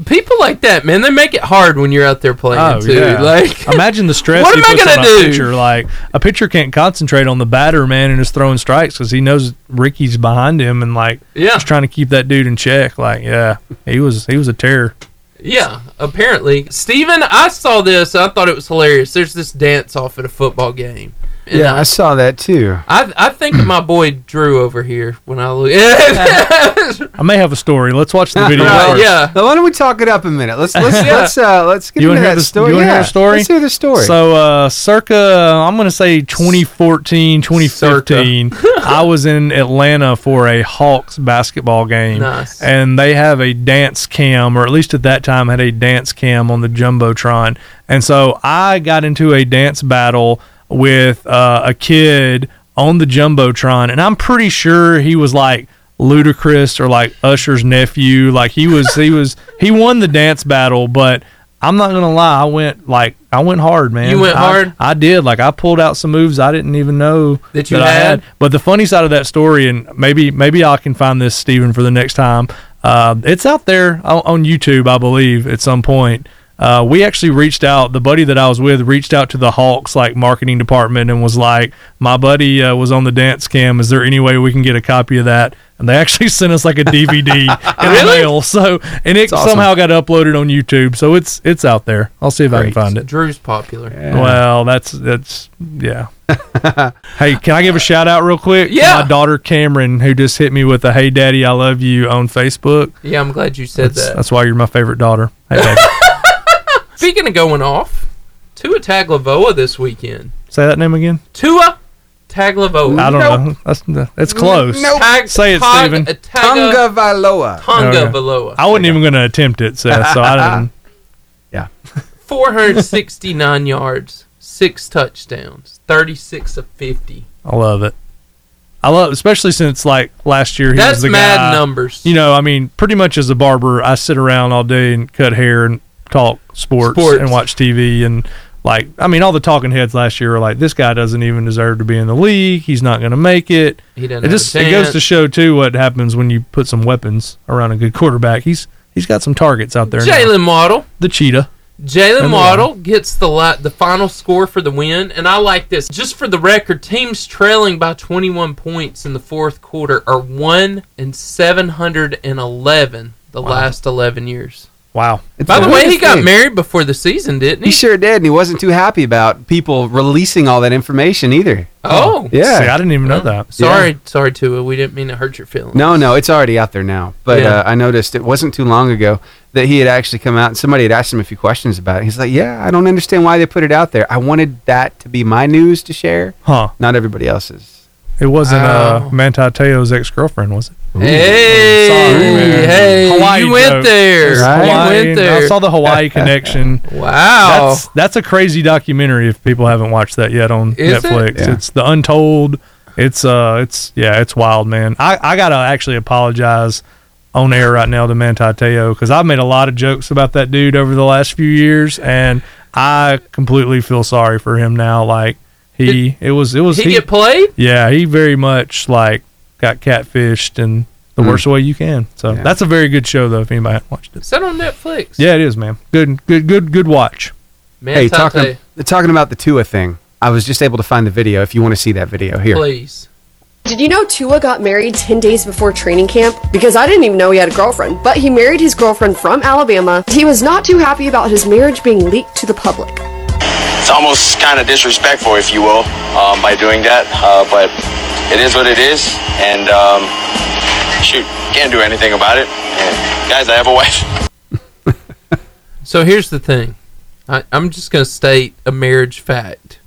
[SPEAKER 2] People like that, man, they make it hard when you're out there playing too. Like
[SPEAKER 3] Oh, [LAUGHS] imagine the stress.
[SPEAKER 2] What
[SPEAKER 3] he
[SPEAKER 2] am I
[SPEAKER 3] puts
[SPEAKER 2] gonna
[SPEAKER 3] on
[SPEAKER 2] do?
[SPEAKER 3] A pitcher. Like a pitcher can't concentrate on the batter, man, and is throwing strikes because he knows Ricky's behind him and like
[SPEAKER 2] yeah.
[SPEAKER 3] just trying to keep that dude in check. Like, yeah, he was he was a terror.
[SPEAKER 2] Yeah, apparently. Steven, I saw this. I thought it was hilarious. There's this dance off at a football game. And
[SPEAKER 4] Yeah, I saw that too.
[SPEAKER 2] I,
[SPEAKER 3] [CLEARS THROAT]
[SPEAKER 2] I think of my boy Drew over here when I look. [LAUGHS]
[SPEAKER 3] I may have a story. Let's watch the
[SPEAKER 4] [LAUGHS]
[SPEAKER 3] video.
[SPEAKER 2] Well,
[SPEAKER 3] first.
[SPEAKER 2] yeah.
[SPEAKER 4] Now, why don't we talk it up a minute? Let's
[SPEAKER 2] [LAUGHS]
[SPEAKER 4] let's
[SPEAKER 2] Yeah.
[SPEAKER 4] let's uh, let's get
[SPEAKER 3] You
[SPEAKER 4] into
[SPEAKER 3] wanna hear
[SPEAKER 4] that
[SPEAKER 3] the-
[SPEAKER 4] story.
[SPEAKER 3] you wanna hear
[SPEAKER 4] yeah.
[SPEAKER 3] the story?
[SPEAKER 4] Let's hear the story.
[SPEAKER 3] So, uh, circa, I'm going to say 2014, 2015, I was in Atlanta for a Hawks basketball game.
[SPEAKER 2] Nice.
[SPEAKER 3] And they have a dance cam, or at least at that time had a dance cam on the Jumbotron. And so I got into a dance battle with uh, a kid on the jumbotron, and I'm pretty sure he was like Ludacris or like Usher's nephew. Like he was, he was, he won the dance battle, but. I'm not gonna lie. I went like I went hard, man.
[SPEAKER 2] You went
[SPEAKER 3] I-
[SPEAKER 2] hard?
[SPEAKER 3] I did. Like I pulled out some moves I didn't even know
[SPEAKER 2] That you
[SPEAKER 3] I
[SPEAKER 2] had?
[SPEAKER 3] had. But the funny side of that story, and maybe maybe I can find this Stephen for the next time. Uh, it's out there on, on YouTube, I believe, at some point. Uh, we actually reached out. The buddy that I was with reached out to the Hawks like marketing department and was like, "My buddy uh, was on the dance cam. Is there any way we can get a copy of that?" And they [LAUGHS] actually sent us like a DVD in the mail. So, and it
[SPEAKER 4] awesome.
[SPEAKER 3] somehow got uploaded on YouTube. So it's it's out there. I'll see if I can
[SPEAKER 4] Great.
[SPEAKER 3] find it.
[SPEAKER 2] Drew's popular.
[SPEAKER 3] Well, that's that's yeah. [LAUGHS] hey, can I give a shout out real quick? to
[SPEAKER 2] Yeah.
[SPEAKER 3] my daughter Cameron, who just hit me with a "Hey, Daddy, I love you" on Facebook.
[SPEAKER 2] Yeah, I'm glad you said
[SPEAKER 3] That's,
[SPEAKER 2] that.
[SPEAKER 3] that's why you're my favorite daughter. Hey,
[SPEAKER 2] [LAUGHS]
[SPEAKER 3] baby.
[SPEAKER 2] Speaking of going off, Tua Taglavoa this weekend.
[SPEAKER 3] say that name again.
[SPEAKER 2] Tua Taglavoa.
[SPEAKER 3] I don't know. That's that's close.
[SPEAKER 4] Nope.
[SPEAKER 2] Tag,
[SPEAKER 3] Say it,
[SPEAKER 2] Tag-
[SPEAKER 3] Steven.
[SPEAKER 2] Taga, Tonga
[SPEAKER 3] Okay.
[SPEAKER 2] Valoa.
[SPEAKER 3] I wasn't even going to attempt it, Seth. So I
[SPEAKER 2] [LAUGHS]
[SPEAKER 3] didn't.
[SPEAKER 2] 469 yards, six touchdowns, 36 of 50.
[SPEAKER 3] I love it. I love, especially since like last year he was
[SPEAKER 2] That's
[SPEAKER 3] the
[SPEAKER 2] mad
[SPEAKER 3] guy.
[SPEAKER 2] numbers.
[SPEAKER 3] You know, I mean, pretty much as a barber, I sit around all day and cut hair and talk sports,
[SPEAKER 2] Sports.
[SPEAKER 3] and watch TV and like I mean, all the talking heads last year were like, this guy doesn't even deserve to be in the league. He's not going to make it.
[SPEAKER 2] he doesn't
[SPEAKER 3] It just it goes to show too what happens when you put some weapons around a good quarterback. He's he's got some targets out there. now.
[SPEAKER 2] Jalen Waddle.
[SPEAKER 3] the cheetah.
[SPEAKER 2] Jalen
[SPEAKER 3] And the
[SPEAKER 2] Waddle gets the la- the final score for the win, and I like this. Just for the record, teams trailing by 21 points in the fourth quarter are one and 711 the last 11 years.
[SPEAKER 3] Wow.
[SPEAKER 4] It's
[SPEAKER 2] By the way, he
[SPEAKER 4] weirdest
[SPEAKER 2] got
[SPEAKER 4] thing.
[SPEAKER 2] married before the season, didn't
[SPEAKER 4] He
[SPEAKER 2] he?
[SPEAKER 4] sure did, and he wasn't too happy about people releasing all that information either.
[SPEAKER 2] oh,
[SPEAKER 4] Yeah.
[SPEAKER 3] See, I didn't even know that.
[SPEAKER 2] Sorry, sorry, Tua. We didn't mean to hurt your feelings.
[SPEAKER 4] No, no, it's already out there now. But
[SPEAKER 2] Yeah.
[SPEAKER 4] uh, I noticed it wasn't too long ago that he had actually come out and somebody had asked him a few questions about it. He's like, "Yeah, I don't understand why they put it out there. I wanted that to be my news to share,
[SPEAKER 3] Huh.
[SPEAKER 4] not everybody else's."
[SPEAKER 3] It wasn't uh,
[SPEAKER 2] Oh.
[SPEAKER 3] Manti Te'o's ex girlfriend, was it?
[SPEAKER 2] Hey,
[SPEAKER 3] Sorry, man.
[SPEAKER 2] hey,
[SPEAKER 3] Hawaii
[SPEAKER 2] you went
[SPEAKER 3] joke.
[SPEAKER 2] there.
[SPEAKER 4] Right.
[SPEAKER 2] You
[SPEAKER 3] Hawaii-
[SPEAKER 2] went there.
[SPEAKER 3] I saw the Hawaii connection.
[SPEAKER 2] wow.
[SPEAKER 3] That's that's a crazy documentary. If people haven't watched that yet on
[SPEAKER 2] Is it?
[SPEAKER 3] Netflix,
[SPEAKER 4] Yeah.
[SPEAKER 3] it's the Untold. It's uh, it's yeah, it's wild, man. I I gotta actually apologize on air right now to Manti Teo because I've made a lot of jokes about that dude over the last few years, and I completely feel sorry for him now. Like he, it was it was
[SPEAKER 2] Did he get played?
[SPEAKER 3] yeah, he very much like got catfished in the
[SPEAKER 2] Hmm.
[SPEAKER 4] Mm.
[SPEAKER 3] worst way you can. So
[SPEAKER 4] Yeah.
[SPEAKER 3] that's a very good show though. If anybody hasn't watched it,
[SPEAKER 2] Is that on Netflix?
[SPEAKER 3] yeah, it is, man. Good, good, good, good watch.
[SPEAKER 2] Man,
[SPEAKER 4] Hey,
[SPEAKER 2] Tate,
[SPEAKER 4] talking talking about the Tua thing, I was just able to find the video. If you want to see that video here,
[SPEAKER 2] please.
[SPEAKER 8] Did you know Tua got married 10 days before training camp? Because I didn't even know he had a girlfriend, but he married his girlfriend from Alabama. He was not too happy about his marriage being leaked to the public.
[SPEAKER 9] it's almost kind of disrespectful, if you will, um, by doing that. Uh, but it is what it is, and um, shoot, can't do anything about it. And guys, I have a wife.
[SPEAKER 2] So here's the thing. I, I'm just going to state a marriage fact.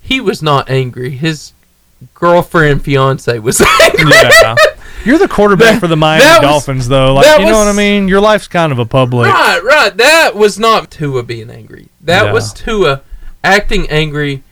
[SPEAKER 2] He was not angry. His girlfriend, fiance was [LAUGHS] angry.
[SPEAKER 3] Yeah. You're the quarterback for the Miami
[SPEAKER 2] that was-
[SPEAKER 3] Dolphins, though. Like,
[SPEAKER 2] that
[SPEAKER 3] you know
[SPEAKER 2] was-
[SPEAKER 3] what I mean? Your life's kind of a public.
[SPEAKER 2] Right, right. That was not Tua being angry. That
[SPEAKER 3] Yeah.
[SPEAKER 2] was Tua acting angry.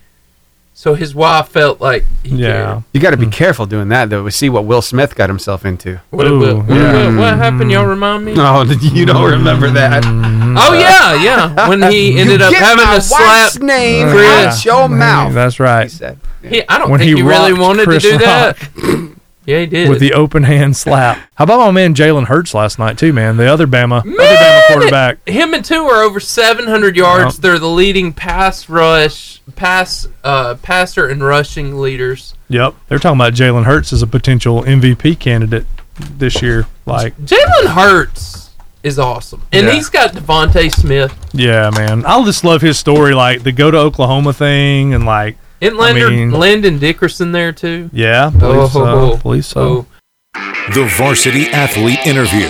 [SPEAKER 2] So his wife felt like he
[SPEAKER 3] Yeah.
[SPEAKER 4] you got to be
[SPEAKER 2] hmm.
[SPEAKER 4] careful doing that though. We see what Will Smith got himself into.
[SPEAKER 2] cared. What,
[SPEAKER 3] Ooh,
[SPEAKER 2] what, what,
[SPEAKER 3] yeah. Mm.
[SPEAKER 2] what- what happened? Y'all remind me.
[SPEAKER 4] [LAUGHS] Oh, you don't remember that?
[SPEAKER 2] Oh yeah, yeah. When
[SPEAKER 4] [LAUGHS]
[SPEAKER 2] he ended up
[SPEAKER 4] Get
[SPEAKER 2] having
[SPEAKER 4] my
[SPEAKER 2] to slap.
[SPEAKER 4] wife's name
[SPEAKER 2] Chris.
[SPEAKER 4] out your mouth.
[SPEAKER 3] That's
[SPEAKER 4] He
[SPEAKER 3] right.
[SPEAKER 4] said.
[SPEAKER 2] He, I don't
[SPEAKER 3] When
[SPEAKER 2] think
[SPEAKER 3] he
[SPEAKER 2] he, really
[SPEAKER 3] rocked
[SPEAKER 2] wanted
[SPEAKER 3] Chris
[SPEAKER 2] to do
[SPEAKER 3] Rock.
[SPEAKER 2] that. yeah, he did.
[SPEAKER 3] With the open hand slap. How about my man Jalen Hurts last night, too, man? The other Bama, other
[SPEAKER 2] Man,
[SPEAKER 3] Bama quarterback.
[SPEAKER 2] Him and two are over 700 yards.
[SPEAKER 3] Yep.
[SPEAKER 2] They're the leading pass rush, pass, uh, passer and rushing leaders.
[SPEAKER 3] Yep. They're talking about Jalen Hurts as a potential MVP candidate this year. Like,
[SPEAKER 2] Jalen Hurts is awesome, and
[SPEAKER 3] Yeah.
[SPEAKER 2] he's got Devonte Smith
[SPEAKER 3] yeah, man. I just love his story. Like, the go to Oklahoma thing and, like,
[SPEAKER 2] and Landon,
[SPEAKER 3] mean-
[SPEAKER 2] Landon Dickerson there too.
[SPEAKER 3] yeah, believe so. believe so.
[SPEAKER 2] oh.
[SPEAKER 1] The Varsity Athlete Interview.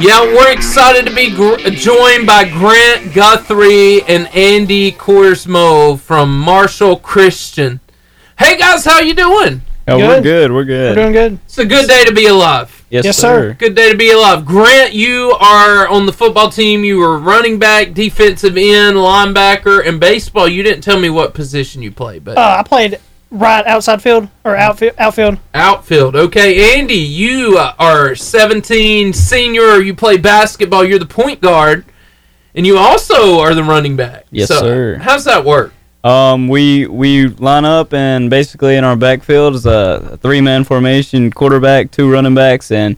[SPEAKER 2] Yeah, we're excited to be gr- joined by Grant Guthrie and Andy Korsmo from Marshall Christian. Hey guys, how you doing?
[SPEAKER 10] Oh, we're good. We're
[SPEAKER 3] We're
[SPEAKER 10] good.
[SPEAKER 3] doing good.
[SPEAKER 2] It's a good day to be alive.
[SPEAKER 10] Yes,
[SPEAKER 3] Yes,
[SPEAKER 10] sir.
[SPEAKER 2] Good day to be alive. Grant, you are on the football team. You were running back, defensive end, linebacker, and baseball. You didn't tell me what position you played, but
[SPEAKER 11] Uh, I played right outside field or outfield. Outfield.
[SPEAKER 2] outfield. Okay, Andy, you uh, are 17, senior. You play basketball. You're the point guard, and you also are the running back.
[SPEAKER 10] Yes,
[SPEAKER 2] So,
[SPEAKER 10] sir.
[SPEAKER 2] How's that work?
[SPEAKER 10] Um, we we line up and basically in our backfield is a three-man formation: quarterback, two running backs, and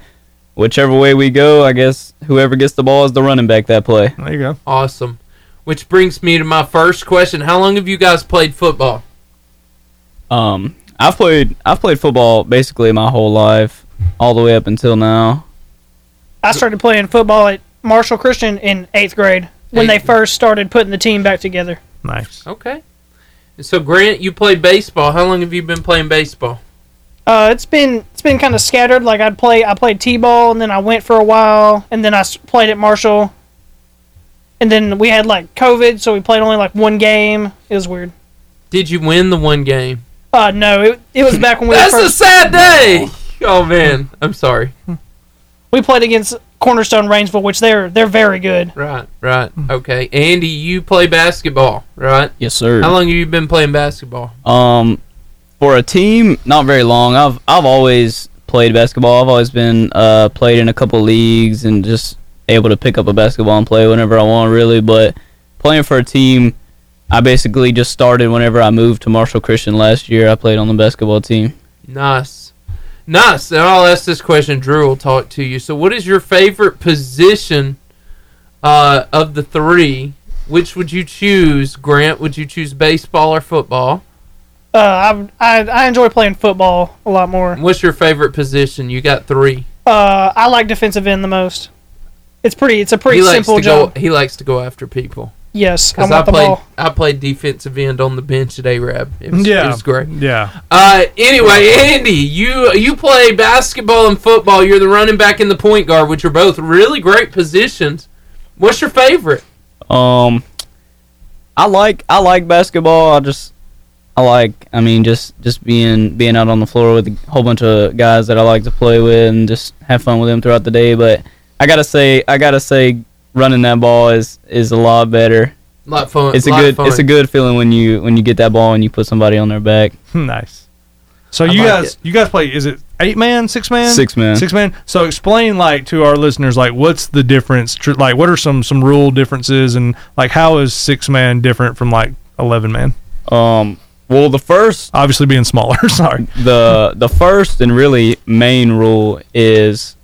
[SPEAKER 10] whichever way we go, I guess whoever gets the ball is the running back that play.
[SPEAKER 3] There you go.
[SPEAKER 2] Awesome. Which brings me to my first question: How long have you guys played football?
[SPEAKER 10] Um, I've played I've played football basically my whole life, all the way up until now.
[SPEAKER 11] I started playing football at Marshall Christian in eighth grade when they
[SPEAKER 2] Eighth.
[SPEAKER 11] first started putting the team back together.
[SPEAKER 3] Nice.
[SPEAKER 2] Okay. And so, Grant, you play baseball. How long have you been playing baseball?
[SPEAKER 11] Uh, it's been it's been kind of scattered. Like I'd play I played t-ball and then I went for a while and then I s- played at Marshall. And then we had like COVID, so we played only like one game. It was weird.
[SPEAKER 2] Did you win the one game?
[SPEAKER 11] Uh, no, it, it was
[SPEAKER 10] [LAUGHS]
[SPEAKER 11] back when we were
[SPEAKER 2] That's a
[SPEAKER 11] first,
[SPEAKER 2] sad day. Oh man, I'm sorry.
[SPEAKER 11] we played against Cornerstone Rainsville, which they're they're very good.
[SPEAKER 2] Right, right.
[SPEAKER 11] Hmm.
[SPEAKER 2] Okay, Andy, you play basketball, right?
[SPEAKER 10] Yes, sir.
[SPEAKER 2] How long have you been playing basketball?
[SPEAKER 10] Um, for a team, not very long. I've I've always played basketball. I've always been uh played in a couple leagues and just able to pick up a basketball and play whenever I want, really. But playing for a team, I basically just started whenever I moved to Marshall Christian last year. I played on the basketball team.
[SPEAKER 2] Nice, nice. And I'll ask this question. Drew will talk to you. So, what is your favorite position uh, of the three? Which would you choose, Grant? Would you choose baseball or football?
[SPEAKER 11] Uh, I, I I enjoy playing football a lot more.
[SPEAKER 2] What's your favorite position? You got three.
[SPEAKER 11] Uh, I like defensive end the most. It's pretty. It's a pretty
[SPEAKER 2] he likes
[SPEAKER 11] simple
[SPEAKER 2] to go.
[SPEAKER 11] job.
[SPEAKER 2] He likes to go after people.
[SPEAKER 11] Yes, I
[SPEAKER 2] Because
[SPEAKER 11] want
[SPEAKER 2] I,
[SPEAKER 11] the
[SPEAKER 2] played.
[SPEAKER 11] ball.
[SPEAKER 2] I played defensive end on the bench at Arab. It was,
[SPEAKER 3] Yeah.
[SPEAKER 2] it was great.
[SPEAKER 3] Yeah. [LAUGHS]
[SPEAKER 2] Uh, anyway, Andy, you you play basketball and football. You're the running back and the point guard, which are both really great positions. What's your favorite?
[SPEAKER 10] Um, I like I like basketball. I just I like I mean just just being being out on the floor with a whole bunch of guys that I like to play with and just have fun with them throughout the day. But I gotta say I gotta say running that ball is is a lot better.
[SPEAKER 2] A lot of fun.
[SPEAKER 10] It's a
[SPEAKER 2] lot of
[SPEAKER 10] good
[SPEAKER 2] fun.
[SPEAKER 10] it's a good feeling when you when you get that ball and you put somebody on their back.
[SPEAKER 3] Nice. So
[SPEAKER 2] I
[SPEAKER 3] you
[SPEAKER 2] like
[SPEAKER 3] guys, you guys play. Is it eight man, six man,
[SPEAKER 10] Six man.
[SPEAKER 3] six man? So explain like to our listeners, like what's the difference? Tr- like what are some some rule differences, and like how is six man different from like eleven man?
[SPEAKER 10] Um, well the first
[SPEAKER 3] Obviously being smaller. [LAUGHS] Sorry.
[SPEAKER 10] the the first and really main rule is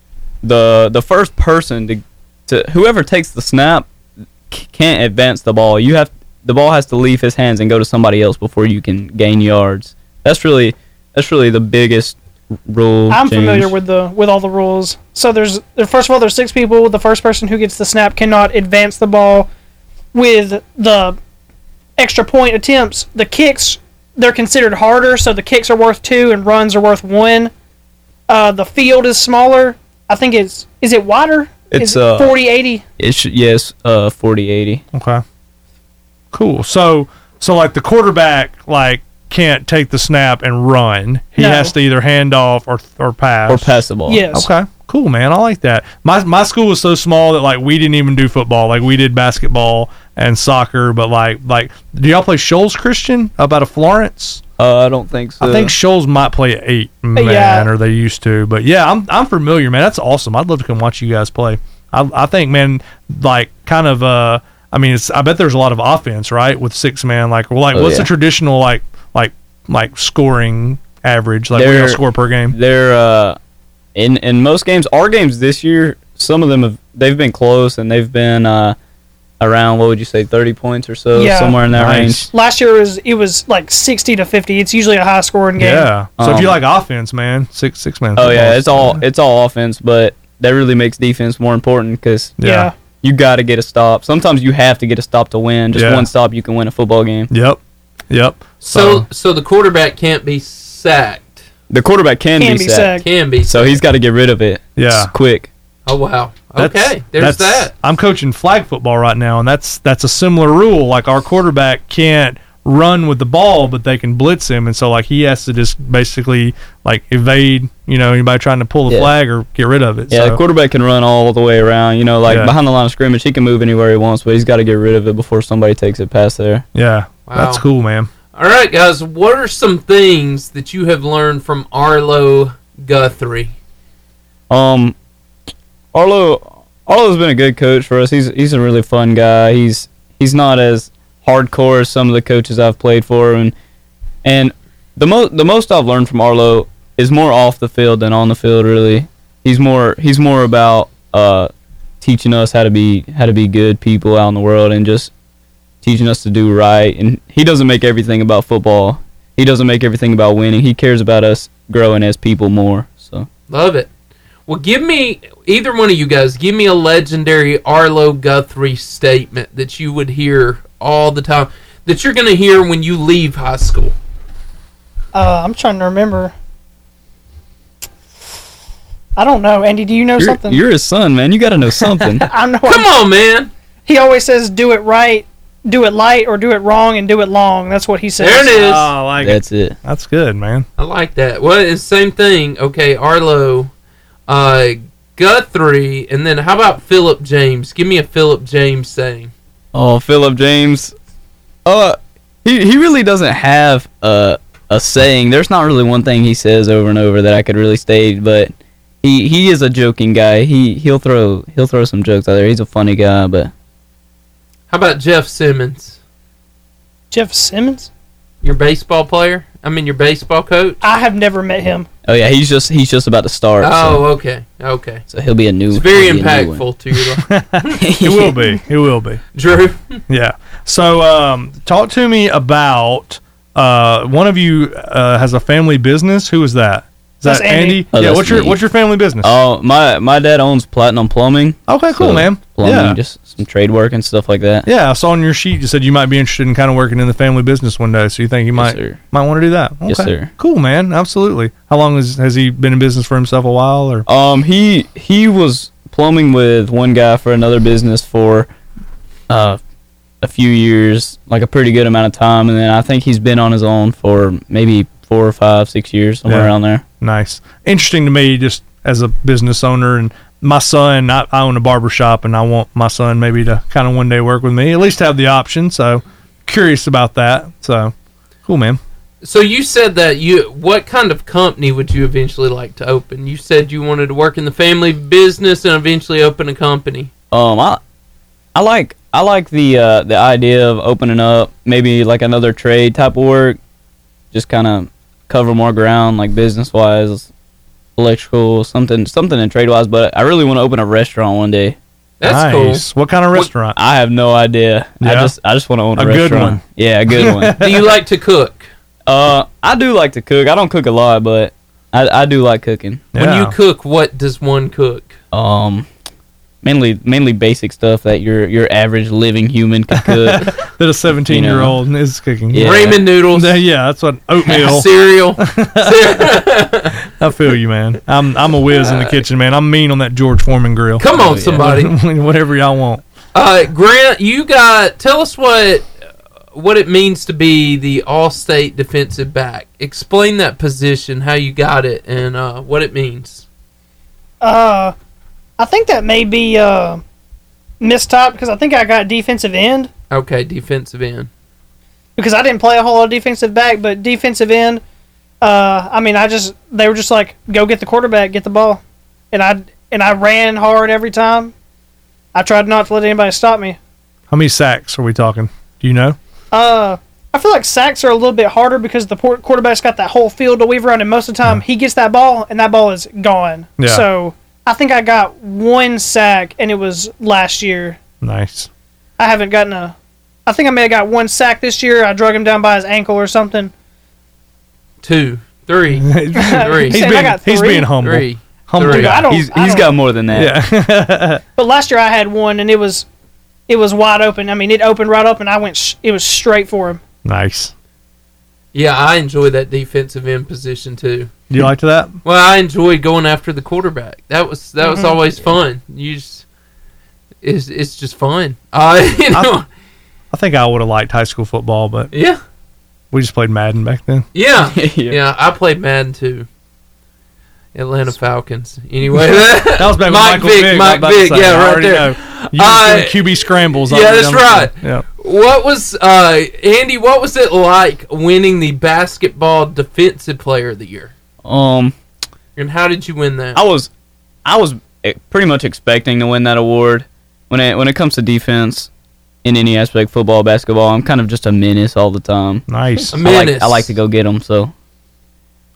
[SPEAKER 10] the the first person to to whoever takes the snap c- can't advance the ball. You have the ball has to leave his hands and go to somebody else before you can gain yards. That's really that's really the biggest rule.
[SPEAKER 11] I'm familiar
[SPEAKER 10] change.
[SPEAKER 11] with the with all the rules. So there's there- first of all there's six people. The first person who gets the snap cannot advance the ball with the extra point attempts. The kicks they're considered harder, so the kicks are worth two and runs are worth one. Uh, the field is smaller. I think it's is it wider?
[SPEAKER 10] It's,
[SPEAKER 11] is it
[SPEAKER 10] uh,
[SPEAKER 11] 40 80.
[SPEAKER 10] it should, yes uh 40-80.
[SPEAKER 3] Okay. Cool. So so like the quarterback like can't take the snap and run. He
[SPEAKER 11] No.
[SPEAKER 3] has to either hand off or or pass
[SPEAKER 10] or pass the ball.
[SPEAKER 11] Yes.
[SPEAKER 3] Okay. Cool, man. I like that. My my school was so small that like we didn't even do football. Like we did basketball and soccer, but like like do y'all play Shoals Christian up out of Florence?
[SPEAKER 10] Uh, I don't think so.
[SPEAKER 3] I think Shoals might play at eight man,
[SPEAKER 11] yeah.
[SPEAKER 3] or they used to. But yeah, I'm I'm familiar, man. That's awesome. I'd love to come watch you guys play. I I think, man, like kind of uh, I mean, it's I bet there's a lot of offense, right, with six man. Like, well, like
[SPEAKER 10] Oh,
[SPEAKER 3] what's the
[SPEAKER 10] yeah.
[SPEAKER 3] traditional like like like scoring average? Like, what do
[SPEAKER 10] There-
[SPEAKER 3] y'all score per game?
[SPEAKER 10] they're uh, in in most games. Our games this year, some of them have they've been close and they've been uh, around what would you say, thirty points or so,
[SPEAKER 11] Yeah.
[SPEAKER 10] somewhere in that
[SPEAKER 3] Nice.
[SPEAKER 10] range.
[SPEAKER 11] Last year was it was like 60 to 50. It's usually a high scoring game.
[SPEAKER 3] Yeah. So if you
[SPEAKER 10] Um,
[SPEAKER 3] like offense, man, six six man.
[SPEAKER 10] Oh yeah,
[SPEAKER 3] football's-
[SPEAKER 10] it's all it's all offense, but that really makes defense more important because
[SPEAKER 11] Yeah.
[SPEAKER 10] you got to get a stop. Sometimes you have to get a stop to win. Just
[SPEAKER 3] Yeah.
[SPEAKER 10] one stop, you can win a football game.
[SPEAKER 3] Yep. Yep.
[SPEAKER 2] So so the quarterback can't be sacked.
[SPEAKER 10] The quarterback can,
[SPEAKER 11] Can
[SPEAKER 10] be,
[SPEAKER 11] be
[SPEAKER 10] sacked,
[SPEAKER 11] sacked.
[SPEAKER 2] Can be.
[SPEAKER 10] so he's got to get rid of it.
[SPEAKER 3] Yeah.
[SPEAKER 10] It's quick.
[SPEAKER 2] Oh wow.
[SPEAKER 3] That's-
[SPEAKER 2] Okay. There's
[SPEAKER 3] that's-
[SPEAKER 2] that.
[SPEAKER 3] I'm coaching flag football right now, and that's that's a similar rule. Like our quarterback can't run with the ball, but they can blitz him, and so like he has to just basically like evade you know anybody trying to pull the
[SPEAKER 10] Yeah.
[SPEAKER 3] flag or get rid of it.
[SPEAKER 10] Yeah,
[SPEAKER 3] so.
[SPEAKER 10] the quarterback can run all the way around. You know, like
[SPEAKER 3] Yeah.
[SPEAKER 10] behind the line of scrimmage, he can move anywhere he wants, but he's got to get rid of it before somebody takes it past there.
[SPEAKER 3] Yeah, that's
[SPEAKER 10] Wow.
[SPEAKER 3] cool, man.
[SPEAKER 2] All right, guys. What are some things that you have learned from Arlo Guthrie?
[SPEAKER 10] Um, Arlo, Arlo's been a good coach for us. He's he's a really fun guy. He's he's not as hardcore as some of the coaches I've played for, and and the most the most I've learned from Arlo is more off the field than on the field. Really, he's more he's more about uh teaching us how to be how to be good people out in the world and just teaching us to do right. And he doesn't make everything about football. He doesn't make everything about winning. He cares about us growing as people more. So.
[SPEAKER 2] Love it. Well, give me either one of you guys. Give me a legendary Arlo Guthrie statement that you would hear all the time. That you're going to hear when you leave high school.
[SPEAKER 11] Uh, I'm trying to remember. I don't know, Andy. Do you know
[SPEAKER 10] You're,
[SPEAKER 11] something?
[SPEAKER 10] you're his son, man. You got to know something.
[SPEAKER 11] [LAUGHS] I know.
[SPEAKER 2] Come on, man.
[SPEAKER 11] He always says, "Do it right, do it light, or do it wrong, and do it long." That's what he says.
[SPEAKER 2] There it is.
[SPEAKER 3] Oh, like
[SPEAKER 10] That's it.
[SPEAKER 3] that's good,
[SPEAKER 10] [LAUGHS]
[SPEAKER 3] man.
[SPEAKER 2] I like that. Well, it's same thing. Okay, Arlo, uh, Guthrie, and then how about Philip James? Give me a Philip James saying.
[SPEAKER 10] Oh, Philip James. Uh, he he really doesn't have a a saying. There's not really one thing he says over and over that I could really state, but he he is a joking guy. He he'll throw he'll throw some jokes out there. He's a funny guy, but
[SPEAKER 2] How about Jeff Simmons,
[SPEAKER 11] Jeff Simmons.
[SPEAKER 2] your baseball player? I mean, your baseball coach.
[SPEAKER 11] I have never met him.
[SPEAKER 10] oh yeah, he's just he's just about to start.
[SPEAKER 2] Oh, okay, okay.
[SPEAKER 10] so, so he'll be a new.
[SPEAKER 2] It's very
[SPEAKER 10] he'll be a new one.
[SPEAKER 2] impactful to you, [LAUGHS]
[SPEAKER 3] It will be. It will be.
[SPEAKER 2] Drew.
[SPEAKER 3] Yeah. So, um, talk to me about uh, one of you uh, has a family business. Who is that? Is
[SPEAKER 11] That's
[SPEAKER 3] that
[SPEAKER 11] Andy.
[SPEAKER 3] Andy?
[SPEAKER 10] Oh,
[SPEAKER 3] yeah.
[SPEAKER 10] that's
[SPEAKER 3] What's your
[SPEAKER 10] me.
[SPEAKER 3] What's your family business?
[SPEAKER 10] Oh, my my dad owns Platinum Plumbing.
[SPEAKER 3] okay, cool,
[SPEAKER 10] So,
[SPEAKER 3] man.
[SPEAKER 10] Plumbing,
[SPEAKER 3] yeah.
[SPEAKER 10] just some trade work and stuff like that.
[SPEAKER 3] yeah, I saw on your sheet you said you might be interested in kind of working in the family business one day. So you think you might
[SPEAKER 10] sir.
[SPEAKER 3] might want to do that? Okay.
[SPEAKER 10] Yes, sir.
[SPEAKER 3] Cool, man. Absolutely. How long has has he been in business for himself? A while or
[SPEAKER 10] Um, he he was plumbing with one guy for another business for uh, a few years, like a pretty good amount of time, and then I think he's been on his own for maybe four or five, six years, somewhere
[SPEAKER 3] Yeah.
[SPEAKER 10] around there.
[SPEAKER 3] Nice. Interesting to me, just as a business owner and my son, I, I own a barber shop and I want my son maybe to kind of one day work with me, at least have the option. So curious about that. So cool, man.
[SPEAKER 2] So you said that you. What kind of company would you eventually like to open? You said you wanted to work in the family business and eventually open a company.
[SPEAKER 10] Um, I I like I like the uh, the idea of opening up maybe like another trade type of work, just kind of cover more ground like business wise, electrical something something in trade wise. But I really want to open a restaurant one day.
[SPEAKER 2] That's
[SPEAKER 3] nice. What kind of
[SPEAKER 2] What-
[SPEAKER 3] restaurant?
[SPEAKER 10] I have no idea. I
[SPEAKER 3] Yeah?
[SPEAKER 10] just I just want to own a,
[SPEAKER 3] A good
[SPEAKER 10] Oh, restaurant.
[SPEAKER 3] one.
[SPEAKER 10] Yeah, a good one.
[SPEAKER 2] cool. [LAUGHS] Do you like to cook?
[SPEAKER 10] Uh, I do like to cook. I don't cook a lot, but I, I do like cooking.
[SPEAKER 2] When you
[SPEAKER 3] Yeah.
[SPEAKER 2] cook, what does one cook?
[SPEAKER 10] Um, mainly mainly basic stuff that your your average living human could [LAUGHS] cook.
[SPEAKER 3] that a 17 year old is cooking.
[SPEAKER 10] Yeah.
[SPEAKER 2] Ramen
[SPEAKER 3] [LAUGHS]
[SPEAKER 2] noodles,
[SPEAKER 3] Yeah, yeah, that's what
[SPEAKER 2] [LAUGHS]
[SPEAKER 3] oatmeal.
[SPEAKER 10] [LAUGHS]
[SPEAKER 2] cereal.
[SPEAKER 3] I feel you, man. I'm I'm a whiz in the kitchen, man. I'm mean on that George Foreman grill.
[SPEAKER 2] Come on,
[SPEAKER 3] [LAUGHS]
[SPEAKER 2] somebody.
[SPEAKER 10] [LAUGHS]
[SPEAKER 3] Whatever y'all want.
[SPEAKER 2] Uh, Grant, you got. Tell us what what it means to be the All-State defensive back. Explain that position, how you got it, and uh, what it means.
[SPEAKER 11] Uh, I think that may be uh, mistyped because I think I got defensive end
[SPEAKER 2] Okay, defensive end.
[SPEAKER 11] because I didn't play a whole lot of defensive back, but defensive end. Uh, I mean, I just they were just like, go get the quarterback, get the ball, and I and I ran hard every time. I tried not to let anybody stop me.
[SPEAKER 3] How many sacks are we talking? Do you know?
[SPEAKER 11] Uh, I feel like sacks are a little bit harder because the por- quarterback's got that whole field to weave around, and most of the time he gets that ball, and that ball is gone.
[SPEAKER 3] Yeah.
[SPEAKER 11] So I think I got one sack, and it was last year.
[SPEAKER 3] Nice. [LAUGHS]
[SPEAKER 11] I haven't gotten a. I think I may have got one sack this year. I drug him down by his ankle or something.
[SPEAKER 2] Two, three,
[SPEAKER 3] he's
[SPEAKER 11] [LAUGHS]
[SPEAKER 2] three,
[SPEAKER 11] Saying I
[SPEAKER 3] being,
[SPEAKER 11] got
[SPEAKER 3] he's
[SPEAKER 11] three.
[SPEAKER 3] being humble.
[SPEAKER 2] three.
[SPEAKER 3] Humble
[SPEAKER 2] Three.
[SPEAKER 3] guy.
[SPEAKER 11] I don't.
[SPEAKER 10] he's
[SPEAKER 11] I
[SPEAKER 10] he's
[SPEAKER 11] don't-
[SPEAKER 10] got more than that.
[SPEAKER 3] Yeah. [LAUGHS]
[SPEAKER 11] But last year I had one, and it was, it was wide open. I mean, it opened right up, and I went. Sh- it was straight for him.
[SPEAKER 3] nice.
[SPEAKER 2] Yeah, I enjoy that defensive end position too.
[SPEAKER 3] Do you like that?
[SPEAKER 2] Well, I enjoyed going after the quarterback. That was that
[SPEAKER 3] Mm-hmm.
[SPEAKER 2] was always fun. You just it's it's just fun. [LAUGHS] Uh, you know,
[SPEAKER 3] I think I would have liked high school football, but
[SPEAKER 2] yeah.
[SPEAKER 3] We just played Madden back then. [LAUGHS]
[SPEAKER 2] Yeah. yeah. I played Madden too.
[SPEAKER 3] [LAUGHS]
[SPEAKER 2] Atlanta Falcons. Anyway,
[SPEAKER 3] that was back when
[SPEAKER 2] [LAUGHS] Mike
[SPEAKER 3] Michael
[SPEAKER 2] Vick.
[SPEAKER 3] Vick,
[SPEAKER 2] Mike
[SPEAKER 3] I was about to
[SPEAKER 2] Vick.
[SPEAKER 3] say, I
[SPEAKER 2] Yeah, right
[SPEAKER 3] already
[SPEAKER 2] there.
[SPEAKER 3] know. You
[SPEAKER 2] Uh,
[SPEAKER 3] were doing QB scrambles. I
[SPEAKER 2] yeah,
[SPEAKER 3] was
[SPEAKER 2] that's
[SPEAKER 3] down
[SPEAKER 2] right.
[SPEAKER 3] to- Yeah.
[SPEAKER 2] What was uh Andy? What was it like winning the basketball defensive player of the year?
[SPEAKER 10] Um,
[SPEAKER 2] And how did you win that?
[SPEAKER 10] I was, I was eh, pretty much expecting to win that award. When it when it comes to defense, in any aspect, football, basketball, I'm kind of just a menace all the time.
[SPEAKER 2] [LAUGHS]
[SPEAKER 3] Nice. A
[SPEAKER 10] I
[SPEAKER 3] menace.
[SPEAKER 10] like, I like to go get them. So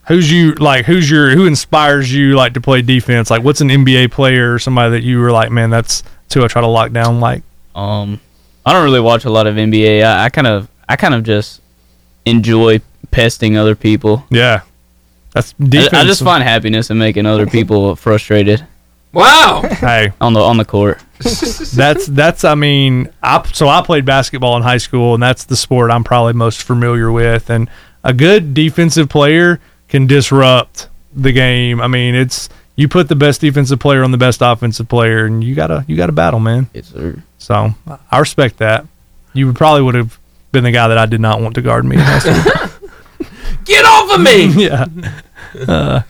[SPEAKER 3] Who's you like? Who's your who inspires you like to play defense? Like, what's an NBA player or somebody that you were like, man, that's who I try to lock down. Like,
[SPEAKER 10] um, I don't really watch a lot of NBA. I, I kind of I kind of just enjoy pesting other people.
[SPEAKER 3] Yeah, that's
[SPEAKER 10] I, I
[SPEAKER 3] defense.
[SPEAKER 10] just find happiness in making other people frustrated.
[SPEAKER 2] Wow.
[SPEAKER 3] [LAUGHS] Hey.
[SPEAKER 10] On the on the court.
[SPEAKER 3] [LAUGHS] that's that's I mean I so I played basketball in high school and that's the sport I'm probably most familiar with and a good defensive player can disrupt the game. I mean it's you put the best defensive player on the best offensive player and you gotta you gotta battle man.
[SPEAKER 10] Yes, sir.
[SPEAKER 3] So I respect that. You probably would have been the guy that I did not want to guard me. [LAUGHS] in high school.
[SPEAKER 2] Get off
[SPEAKER 3] [LAUGHS]
[SPEAKER 2] of me!
[SPEAKER 3] yeah. Uh,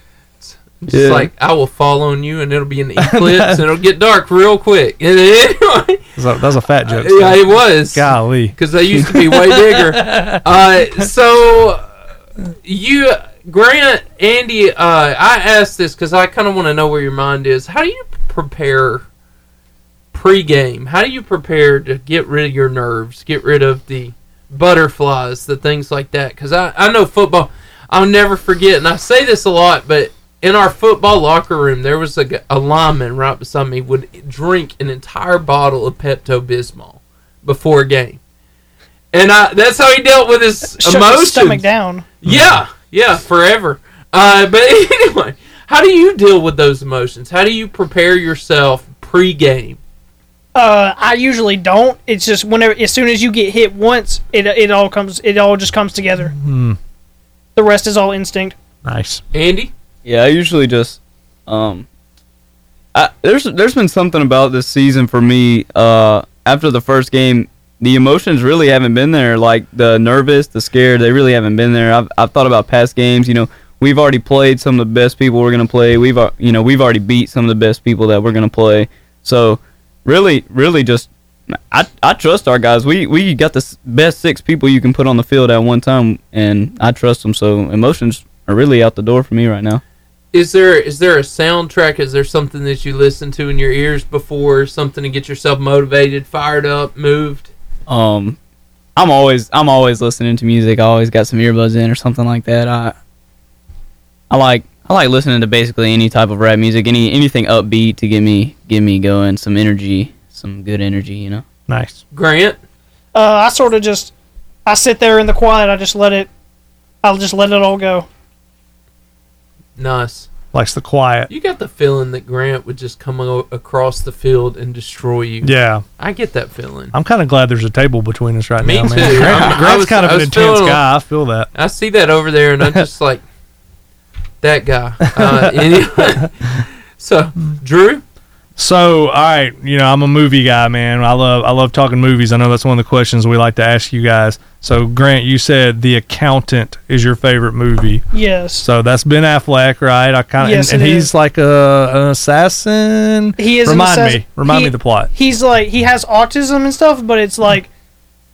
[SPEAKER 2] Just
[SPEAKER 3] yeah.
[SPEAKER 2] like I will fall on you, and it'll be an eclipse, and it'll get dark real quick. [LAUGHS] And anyway,
[SPEAKER 3] That was a- that was a fat joke.
[SPEAKER 2] Yeah, it was.
[SPEAKER 3] Golly.
[SPEAKER 2] because they used to be way bigger. Uh, so uh, you, Grant, Andy, uh, I asked this because I kind of want to know where your mind is. How do you prepare pregame? How do you prepare to get rid of your nerves, get rid of the butterflies, the things like that? Because I, I know football, I'll never forget, and I say this a lot, but in our football locker room, there was a, g- a lineman right beside me would drink an entire bottle of Pepto Bismol before a game. And I, that's how he dealt with his
[SPEAKER 11] Shut your
[SPEAKER 2] emotions.
[SPEAKER 11] stomach down.
[SPEAKER 2] Yeah, yeah, forever. Uh, but [LAUGHS] anyway, how do you deal with those emotions? How do you prepare yourself pre-game?
[SPEAKER 11] Uh, I usually don't. It's just whenever, as soon as you get hit once, it it all comes, it all just comes together.
[SPEAKER 3] Hmm.
[SPEAKER 11] The rest is all instinct.
[SPEAKER 3] Nice.
[SPEAKER 2] Andy?
[SPEAKER 10] Yeah, I usually just um I, there's there's been something about this season for me uh after the first game the emotions really haven't been there like the nervous, the scared, they really haven't been there. I've I've thought about past games, you know, we've already played some of the best people we're going to play. We've al- you know, we've already beat some of the best people that we're going to play. So, really really just I, I trust our guys. We we got the s- best six people you can put on the field at one time, and I trust them. So emotions are really out the door for me right now.
[SPEAKER 2] Is there is there a soundtrack? Is there something that you listen to in your ears before something to get yourself motivated, fired up, moved?
[SPEAKER 10] um i'm always i'm always listening to music i always got some earbuds in or something like that i i like i like listening to basically any type of rap music any anything upbeat to get me get me going some energy some good energy you know
[SPEAKER 3] nice
[SPEAKER 2] Grant,
[SPEAKER 11] Uh, I sort of just, I sit there in the quiet. I just let it, I'll just let it all go.
[SPEAKER 2] nice.
[SPEAKER 3] likes the quiet.
[SPEAKER 2] You got the feeling that Grant would just come o- across the field and destroy you.
[SPEAKER 3] Yeah.
[SPEAKER 2] I get that feeling.
[SPEAKER 3] I'm kind of glad there's a table between us right
[SPEAKER 2] Me
[SPEAKER 3] now, man.
[SPEAKER 2] too.
[SPEAKER 3] Grant-
[SPEAKER 2] I'm- I
[SPEAKER 3] Grant's
[SPEAKER 2] was-
[SPEAKER 3] kind of
[SPEAKER 2] I
[SPEAKER 3] an
[SPEAKER 2] was
[SPEAKER 3] intense
[SPEAKER 2] feeling-
[SPEAKER 3] guy. I feel that.
[SPEAKER 2] I see that over there, and I'm just like that guy. Uh, anyway, so Drew,
[SPEAKER 3] So, all right, you know, I'm a movie guy, man. I love I love talking movies. I know that's one of the questions we like to ask you guys. So, Grant, you said The Accountant is your favorite movie.
[SPEAKER 11] Yes,
[SPEAKER 3] So that's Ben Affleck, right? I kind of
[SPEAKER 11] Yes,
[SPEAKER 3] and,
[SPEAKER 11] it
[SPEAKER 3] and he's
[SPEAKER 11] is.
[SPEAKER 3] like a an assassin.
[SPEAKER 11] he is. an
[SPEAKER 3] Remind
[SPEAKER 11] assassin.
[SPEAKER 3] me, remind
[SPEAKER 11] He-
[SPEAKER 3] me the plot.
[SPEAKER 11] He's like he has autism and stuff, but it's like,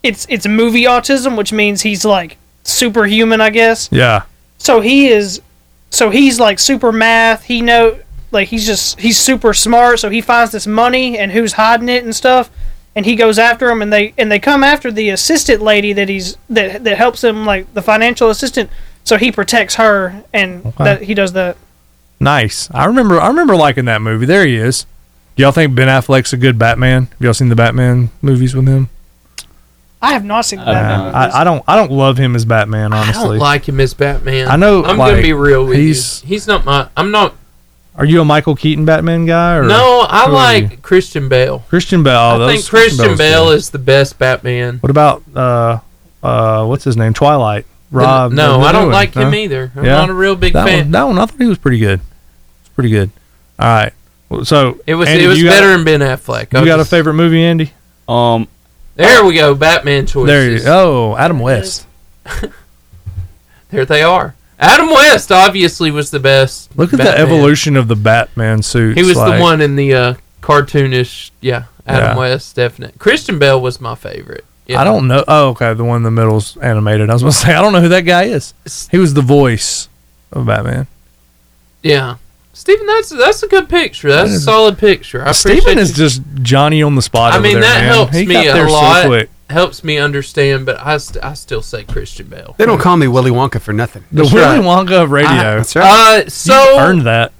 [SPEAKER 11] it's it's movie autism, which means he's like superhuman, I guess.
[SPEAKER 3] Yeah,
[SPEAKER 11] so he is so he's like super math he know like he's just he's super smart so he finds this money and who's hiding it and stuff and he goes after him and they and they come after the assistant lady that he's that that helps him like the financial assistant so he protects her and that he does that
[SPEAKER 3] nice. I remember I remember liking that movie. There he is. Do y'all think Ben Affleck's a good Batman? Have y'all seen the Batman movies with him?
[SPEAKER 11] i have not seen the batman
[SPEAKER 3] I, I don't I don't love him as Batman.
[SPEAKER 2] I don't
[SPEAKER 3] Honestly,
[SPEAKER 2] like him as Batman.
[SPEAKER 3] I know,
[SPEAKER 2] I'm
[SPEAKER 3] like,
[SPEAKER 2] gonna be real with
[SPEAKER 3] he's-
[SPEAKER 2] you. He's not my. I'm not.
[SPEAKER 3] are you a Michael Keaton Batman guy? Or
[SPEAKER 2] No, I
[SPEAKER 3] who are you? Oh,
[SPEAKER 2] like Christian Bale.
[SPEAKER 3] Christian Bale. that
[SPEAKER 2] I
[SPEAKER 3] was-
[SPEAKER 2] think Christian
[SPEAKER 3] was
[SPEAKER 2] Bale
[SPEAKER 3] good.
[SPEAKER 2] is the best Batman.
[SPEAKER 3] What about uh uh what's his name? Twilight. Rob.
[SPEAKER 2] no,
[SPEAKER 3] the
[SPEAKER 2] I don't
[SPEAKER 3] villain,
[SPEAKER 2] like him
[SPEAKER 3] huh?
[SPEAKER 2] either. I'm
[SPEAKER 3] Yeah.
[SPEAKER 2] not a real big
[SPEAKER 3] that
[SPEAKER 2] fan.
[SPEAKER 3] One, that one, I thought he was pretty good. It's pretty good. All right. Well, So
[SPEAKER 2] It was
[SPEAKER 3] Andy,
[SPEAKER 2] it was
[SPEAKER 3] you
[SPEAKER 2] better
[SPEAKER 3] Got,
[SPEAKER 2] than Ben Affleck. I'll
[SPEAKER 3] you got a
[SPEAKER 2] just-
[SPEAKER 3] favorite movie, Andy?
[SPEAKER 10] um
[SPEAKER 2] There we go. Batman choices.
[SPEAKER 3] There you. Oh, Adam West.
[SPEAKER 2] There they are. Adam West obviously was the best.
[SPEAKER 3] Look at the
[SPEAKER 2] Batman.
[SPEAKER 3] evolution of the Batman suit.
[SPEAKER 2] He was the one in the uh, cartoonish. Yeah, Adam
[SPEAKER 3] Yeah.
[SPEAKER 2] West, definite. Christian Bell was my favorite. you
[SPEAKER 3] I don't know. Oh, okay. The one in the middle's animated. I was going to [LAUGHS] say, I don't know who that guy is. He was the voice of Batman.
[SPEAKER 2] Yeah, Stephen, that's that's a good picture. That's
[SPEAKER 3] That
[SPEAKER 2] a
[SPEAKER 3] is-
[SPEAKER 2] solid picture. I
[SPEAKER 3] Steven
[SPEAKER 2] appreciate
[SPEAKER 3] is
[SPEAKER 2] you-
[SPEAKER 3] just Johnny on the spot.
[SPEAKER 2] I
[SPEAKER 3] over
[SPEAKER 2] mean,
[SPEAKER 3] there,
[SPEAKER 2] that
[SPEAKER 3] man.
[SPEAKER 2] helps
[SPEAKER 3] He
[SPEAKER 2] me
[SPEAKER 3] got
[SPEAKER 2] a
[SPEAKER 3] there so
[SPEAKER 2] lot.
[SPEAKER 3] quick.
[SPEAKER 2] helps me understand, but I, st- I still say Christian Bell.
[SPEAKER 4] They don't call me Willy Wonka for nothing.
[SPEAKER 3] The
[SPEAKER 4] That's
[SPEAKER 3] Willy
[SPEAKER 4] right.
[SPEAKER 3] Wonka of radio.
[SPEAKER 4] Ah, that's right.
[SPEAKER 2] Uh,
[SPEAKER 3] You
[SPEAKER 2] so
[SPEAKER 3] earned that.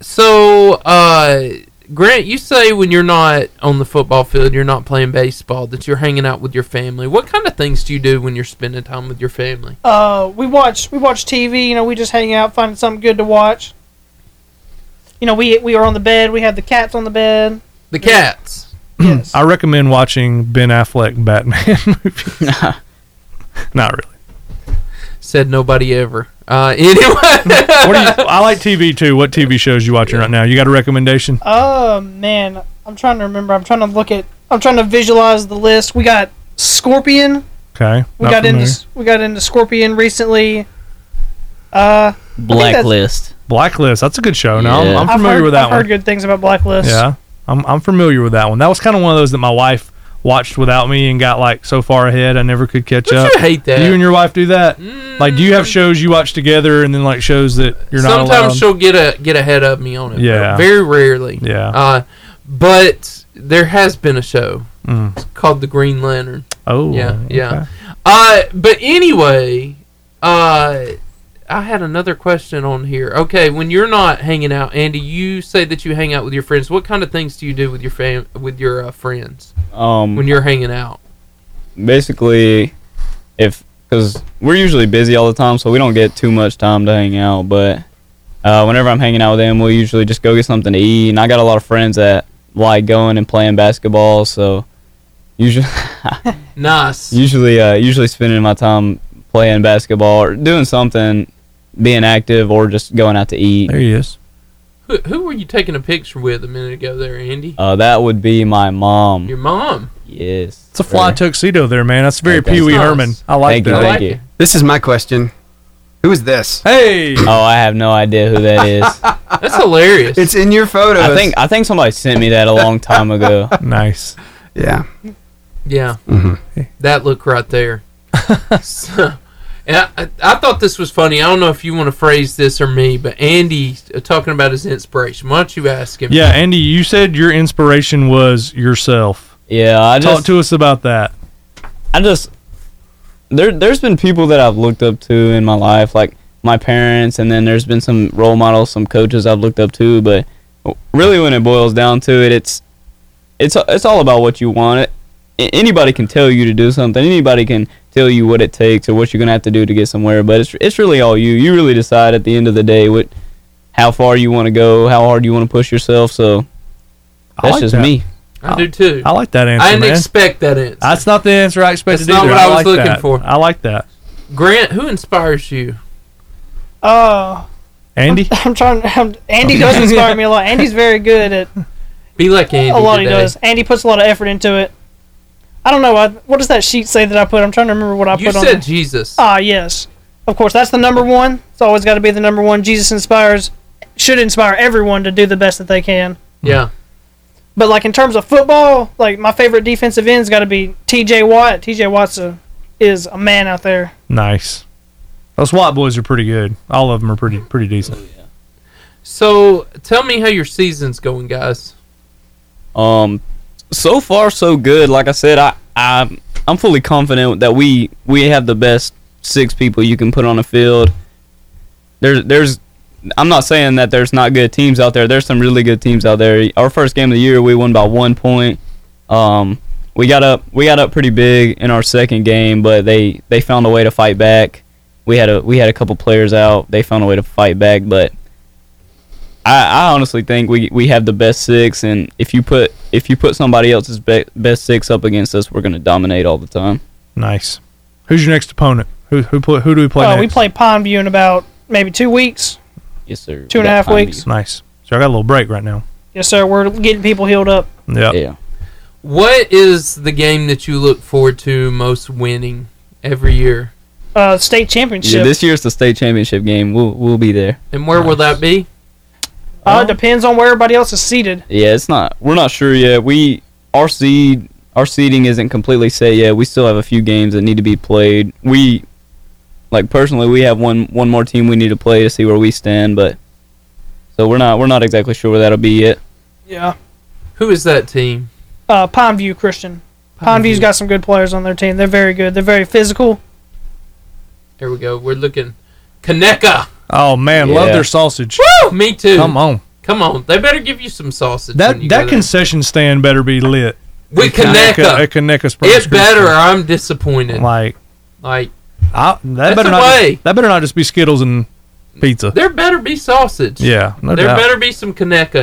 [SPEAKER 2] so uh, Grant, you say when you're not on the football field, you're not playing baseball, that you're hanging out with your family. What kind of things do you do when you're spending time with your family?
[SPEAKER 11] Uh, we watch we watch TV. You know, we just hang out, finding something good to watch. You know, we we are on the bed. We have the cats on
[SPEAKER 3] [CLEARS THROAT]
[SPEAKER 11] the bed.
[SPEAKER 2] The cats.
[SPEAKER 11] Yes.
[SPEAKER 3] I recommend watching Ben Affleck Batman [LAUGHS] movies. Not really.
[SPEAKER 2] Said nobody ever. Uh, [LAUGHS] anyway,
[SPEAKER 3] What do you, I like TV too. What TV shows you watching right now? You got a recommendation?
[SPEAKER 11] Oh man, I'm trying to remember. I'm trying to look at. I'm trying to visualize the list. We got Scorpion.
[SPEAKER 3] Okay.
[SPEAKER 11] We
[SPEAKER 3] Not
[SPEAKER 11] got
[SPEAKER 3] familiar.
[SPEAKER 11] into we got into Scorpion recently. Uh,
[SPEAKER 10] Blacklist.
[SPEAKER 3] Blacklist. That's a good show. No, I'm-
[SPEAKER 10] Yeah.
[SPEAKER 3] I'm,
[SPEAKER 11] I've
[SPEAKER 3] familiar
[SPEAKER 11] heard,
[SPEAKER 3] with that
[SPEAKER 11] I've
[SPEAKER 3] one.
[SPEAKER 11] heard good things about Blacklist.
[SPEAKER 3] Yeah, I'm I'm familiar with that one. That was kind of one of those that my wife watched without me and got like so far ahead I never could catch
[SPEAKER 2] Don't
[SPEAKER 3] up.
[SPEAKER 2] you hate that?
[SPEAKER 3] Do you and your wife do that?
[SPEAKER 2] Mm.
[SPEAKER 3] Like, do you have shows you watch together and then like shows that you're not allowed?
[SPEAKER 2] sometimes she'll get a get ahead of me on it. but
[SPEAKER 3] Yeah.
[SPEAKER 2] very rarely.
[SPEAKER 3] Yeah.
[SPEAKER 2] Uh, but there has been a show
[SPEAKER 3] Mm.
[SPEAKER 2] It's called The Green Lantern.
[SPEAKER 3] Oh,
[SPEAKER 2] yeah, yeah.
[SPEAKER 3] okay.
[SPEAKER 2] Uh, but anyway, uh, I had another question on here. Okay, when you're not hanging out, Andy, you say that you hang out with your friends. What kind of things do you do with your fam with your uh, friends
[SPEAKER 9] Mm.
[SPEAKER 10] Um,
[SPEAKER 2] when you're hanging out?
[SPEAKER 10] basically if because we're usually busy all the time so we don't get too much time to hang out but uh, whenever i'm hanging out with them we'll usually just go get something to eat and i got a lot of friends that like going and playing basketball so usually [LAUGHS]
[SPEAKER 2] Nice.
[SPEAKER 10] usually uh, usually spending my time playing basketball or doing something being active or just going out to eat
[SPEAKER 3] There he is.
[SPEAKER 2] who, who were you taking a picture with a minute ago there, Andy?
[SPEAKER 10] uh, that would be my mom
[SPEAKER 2] Your mom.
[SPEAKER 10] yes
[SPEAKER 3] It's a fly
[SPEAKER 10] Right.
[SPEAKER 3] tuxedo there, man. That's very
[SPEAKER 10] Thank you.
[SPEAKER 3] Pee Wee
[SPEAKER 2] That's nice.
[SPEAKER 3] Herman. I like
[SPEAKER 10] thank you
[SPEAKER 3] that.
[SPEAKER 10] thank
[SPEAKER 2] like
[SPEAKER 10] you
[SPEAKER 2] it.
[SPEAKER 4] This is my question. Who is this?
[SPEAKER 10] [LAUGHS]
[SPEAKER 3] Hey,
[SPEAKER 10] oh i have no idea who that is
[SPEAKER 2] That's
[SPEAKER 4] [LAUGHS]
[SPEAKER 2] hilarious.
[SPEAKER 4] It's in your photos.
[SPEAKER 10] i think i think somebody sent me that a long time ago
[SPEAKER 3] nice.
[SPEAKER 4] Yeah.
[SPEAKER 2] Yeah,
[SPEAKER 3] Mm-hmm.
[SPEAKER 2] that look
[SPEAKER 3] [LAUGHS]
[SPEAKER 2] right there. so, and I, I- I thought this was funny. I don't know if you want to phrase this or me, but Andy uh, talking about his inspiration. Why don't you ask him?
[SPEAKER 3] Yeah, Andy, you said your inspiration was yourself.
[SPEAKER 10] yeah i just
[SPEAKER 3] Talk to us about that.
[SPEAKER 10] I just there there's been people that I've looked up to in my life, like my parents, and then there's been some role models, some coaches I've looked up to. But really, when it boils down to it, it's it's it's all about what you want. It, a- anybody can tell you to do something. Anybody can tell you what it takes or what you're gonna have to do to get somewhere. But it's it's really all you. You really decide at the end of the day what how far you want to go, how hard you want to push yourself. So
[SPEAKER 3] I
[SPEAKER 10] that's
[SPEAKER 3] like
[SPEAKER 10] just
[SPEAKER 3] that.
[SPEAKER 10] me.
[SPEAKER 2] I do too.
[SPEAKER 3] I like that answer,
[SPEAKER 2] I didn't
[SPEAKER 3] man.
[SPEAKER 2] expect that answer.
[SPEAKER 3] That's not the answer I expected.
[SPEAKER 2] That's not
[SPEAKER 3] either.
[SPEAKER 2] what I was
[SPEAKER 3] like
[SPEAKER 2] looking
[SPEAKER 3] that.
[SPEAKER 2] for.
[SPEAKER 3] I like that,
[SPEAKER 2] Grant, who inspires you?
[SPEAKER 11] Uh,
[SPEAKER 3] Andy.
[SPEAKER 11] [LAUGHS] I'm trying. I'm, Andy does inspire me a lot. Andy's very good at
[SPEAKER 2] Be like Andy.
[SPEAKER 11] a lot. He
[SPEAKER 2] today.
[SPEAKER 11] does. Andy puts a lot of effort into it. I don't know. I, what does that sheet say that I put? I'm trying to remember what I
[SPEAKER 2] You
[SPEAKER 11] put on.
[SPEAKER 2] said
[SPEAKER 11] there.
[SPEAKER 2] Jesus.
[SPEAKER 11] Ah, yes. Of course, that's the number one. It's always got to be the number one. Jesus inspires, should inspire everyone to do the best that they can.
[SPEAKER 2] yeah.
[SPEAKER 11] But like in terms of football, like my favorite defensive end's got to be T.J. Watt. T.J. Watt's a, is a man out there.
[SPEAKER 3] Nice. Those white boys are pretty good. All of them are pretty pretty decent.
[SPEAKER 2] So tell me how your season's going, guys.
[SPEAKER 10] Um, so far so good. Like I said, I, I I'm fully confident that we we have the best six people you can put on the field. There's there's I'm not saying that there's not good teams out there. There's some really good teams out there. Our first game of the year, we won by one point. Um, we got up we got up pretty big in our second game, but they they found a way to fight back. We had a we had a couple players out. They found a way to fight back, but I, I honestly think we, we have the best six, and if you put if you put somebody else's be- best six up against us, we're gonna dominate all the time.
[SPEAKER 3] Nice. Who's your next opponent? Who who play, who do we play?
[SPEAKER 11] Uh,
[SPEAKER 3] next?
[SPEAKER 11] we play Pine View in about maybe two weeks.
[SPEAKER 10] Yes, sir.
[SPEAKER 11] Two and
[SPEAKER 10] We
[SPEAKER 11] a
[SPEAKER 10] got
[SPEAKER 11] half
[SPEAKER 10] Pine
[SPEAKER 11] weeks.
[SPEAKER 3] Nice. So I got a little break right now.
[SPEAKER 11] Yes, sir. We're getting people healed up.
[SPEAKER 3] Yep.
[SPEAKER 10] View. Yeah.
[SPEAKER 2] What is the game that you look forward to most winning every year?
[SPEAKER 11] uh, state championship.
[SPEAKER 10] Yeah, this year's the state championship game. We'll we'll be there.
[SPEAKER 2] And where will that be?
[SPEAKER 11] uh, it depends on where everybody else is seated.
[SPEAKER 10] Yeah, it's not. We're not sure yet. We our seed our seeding isn't completely set yet. We still have a few games that need to be played. We like personally, we have one one more team we need to play to see where we stand, but so we're not we're not exactly sure where that'll be yet.
[SPEAKER 11] Yeah.
[SPEAKER 2] Who is that team?
[SPEAKER 11] Uh, Pine View Christian. Pine View's got some good players on their team. They're very good. They're very physical.
[SPEAKER 2] Here we go. We're looking. Kaneka.
[SPEAKER 3] Oh man, love
[SPEAKER 10] Yeah.
[SPEAKER 3] their sausage.
[SPEAKER 2] Woo! Me too.
[SPEAKER 3] Come on,
[SPEAKER 2] Come on. They better give you some sausage. when
[SPEAKER 3] that
[SPEAKER 2] you
[SPEAKER 3] that
[SPEAKER 2] go
[SPEAKER 3] concession stand better be lit.
[SPEAKER 2] there. with Kaneka.
[SPEAKER 3] At Kaneka Springs
[SPEAKER 2] It better. or
[SPEAKER 3] Christian.
[SPEAKER 2] I'm disappointed.
[SPEAKER 3] Like
[SPEAKER 2] Like
[SPEAKER 3] I, that
[SPEAKER 2] That's
[SPEAKER 3] better
[SPEAKER 2] the
[SPEAKER 3] not.
[SPEAKER 2] way.
[SPEAKER 3] That better not just be Skittles and pizza.
[SPEAKER 2] there better be sausage.
[SPEAKER 3] Yeah, no
[SPEAKER 2] there
[SPEAKER 3] doubt.
[SPEAKER 2] better be some Kaneka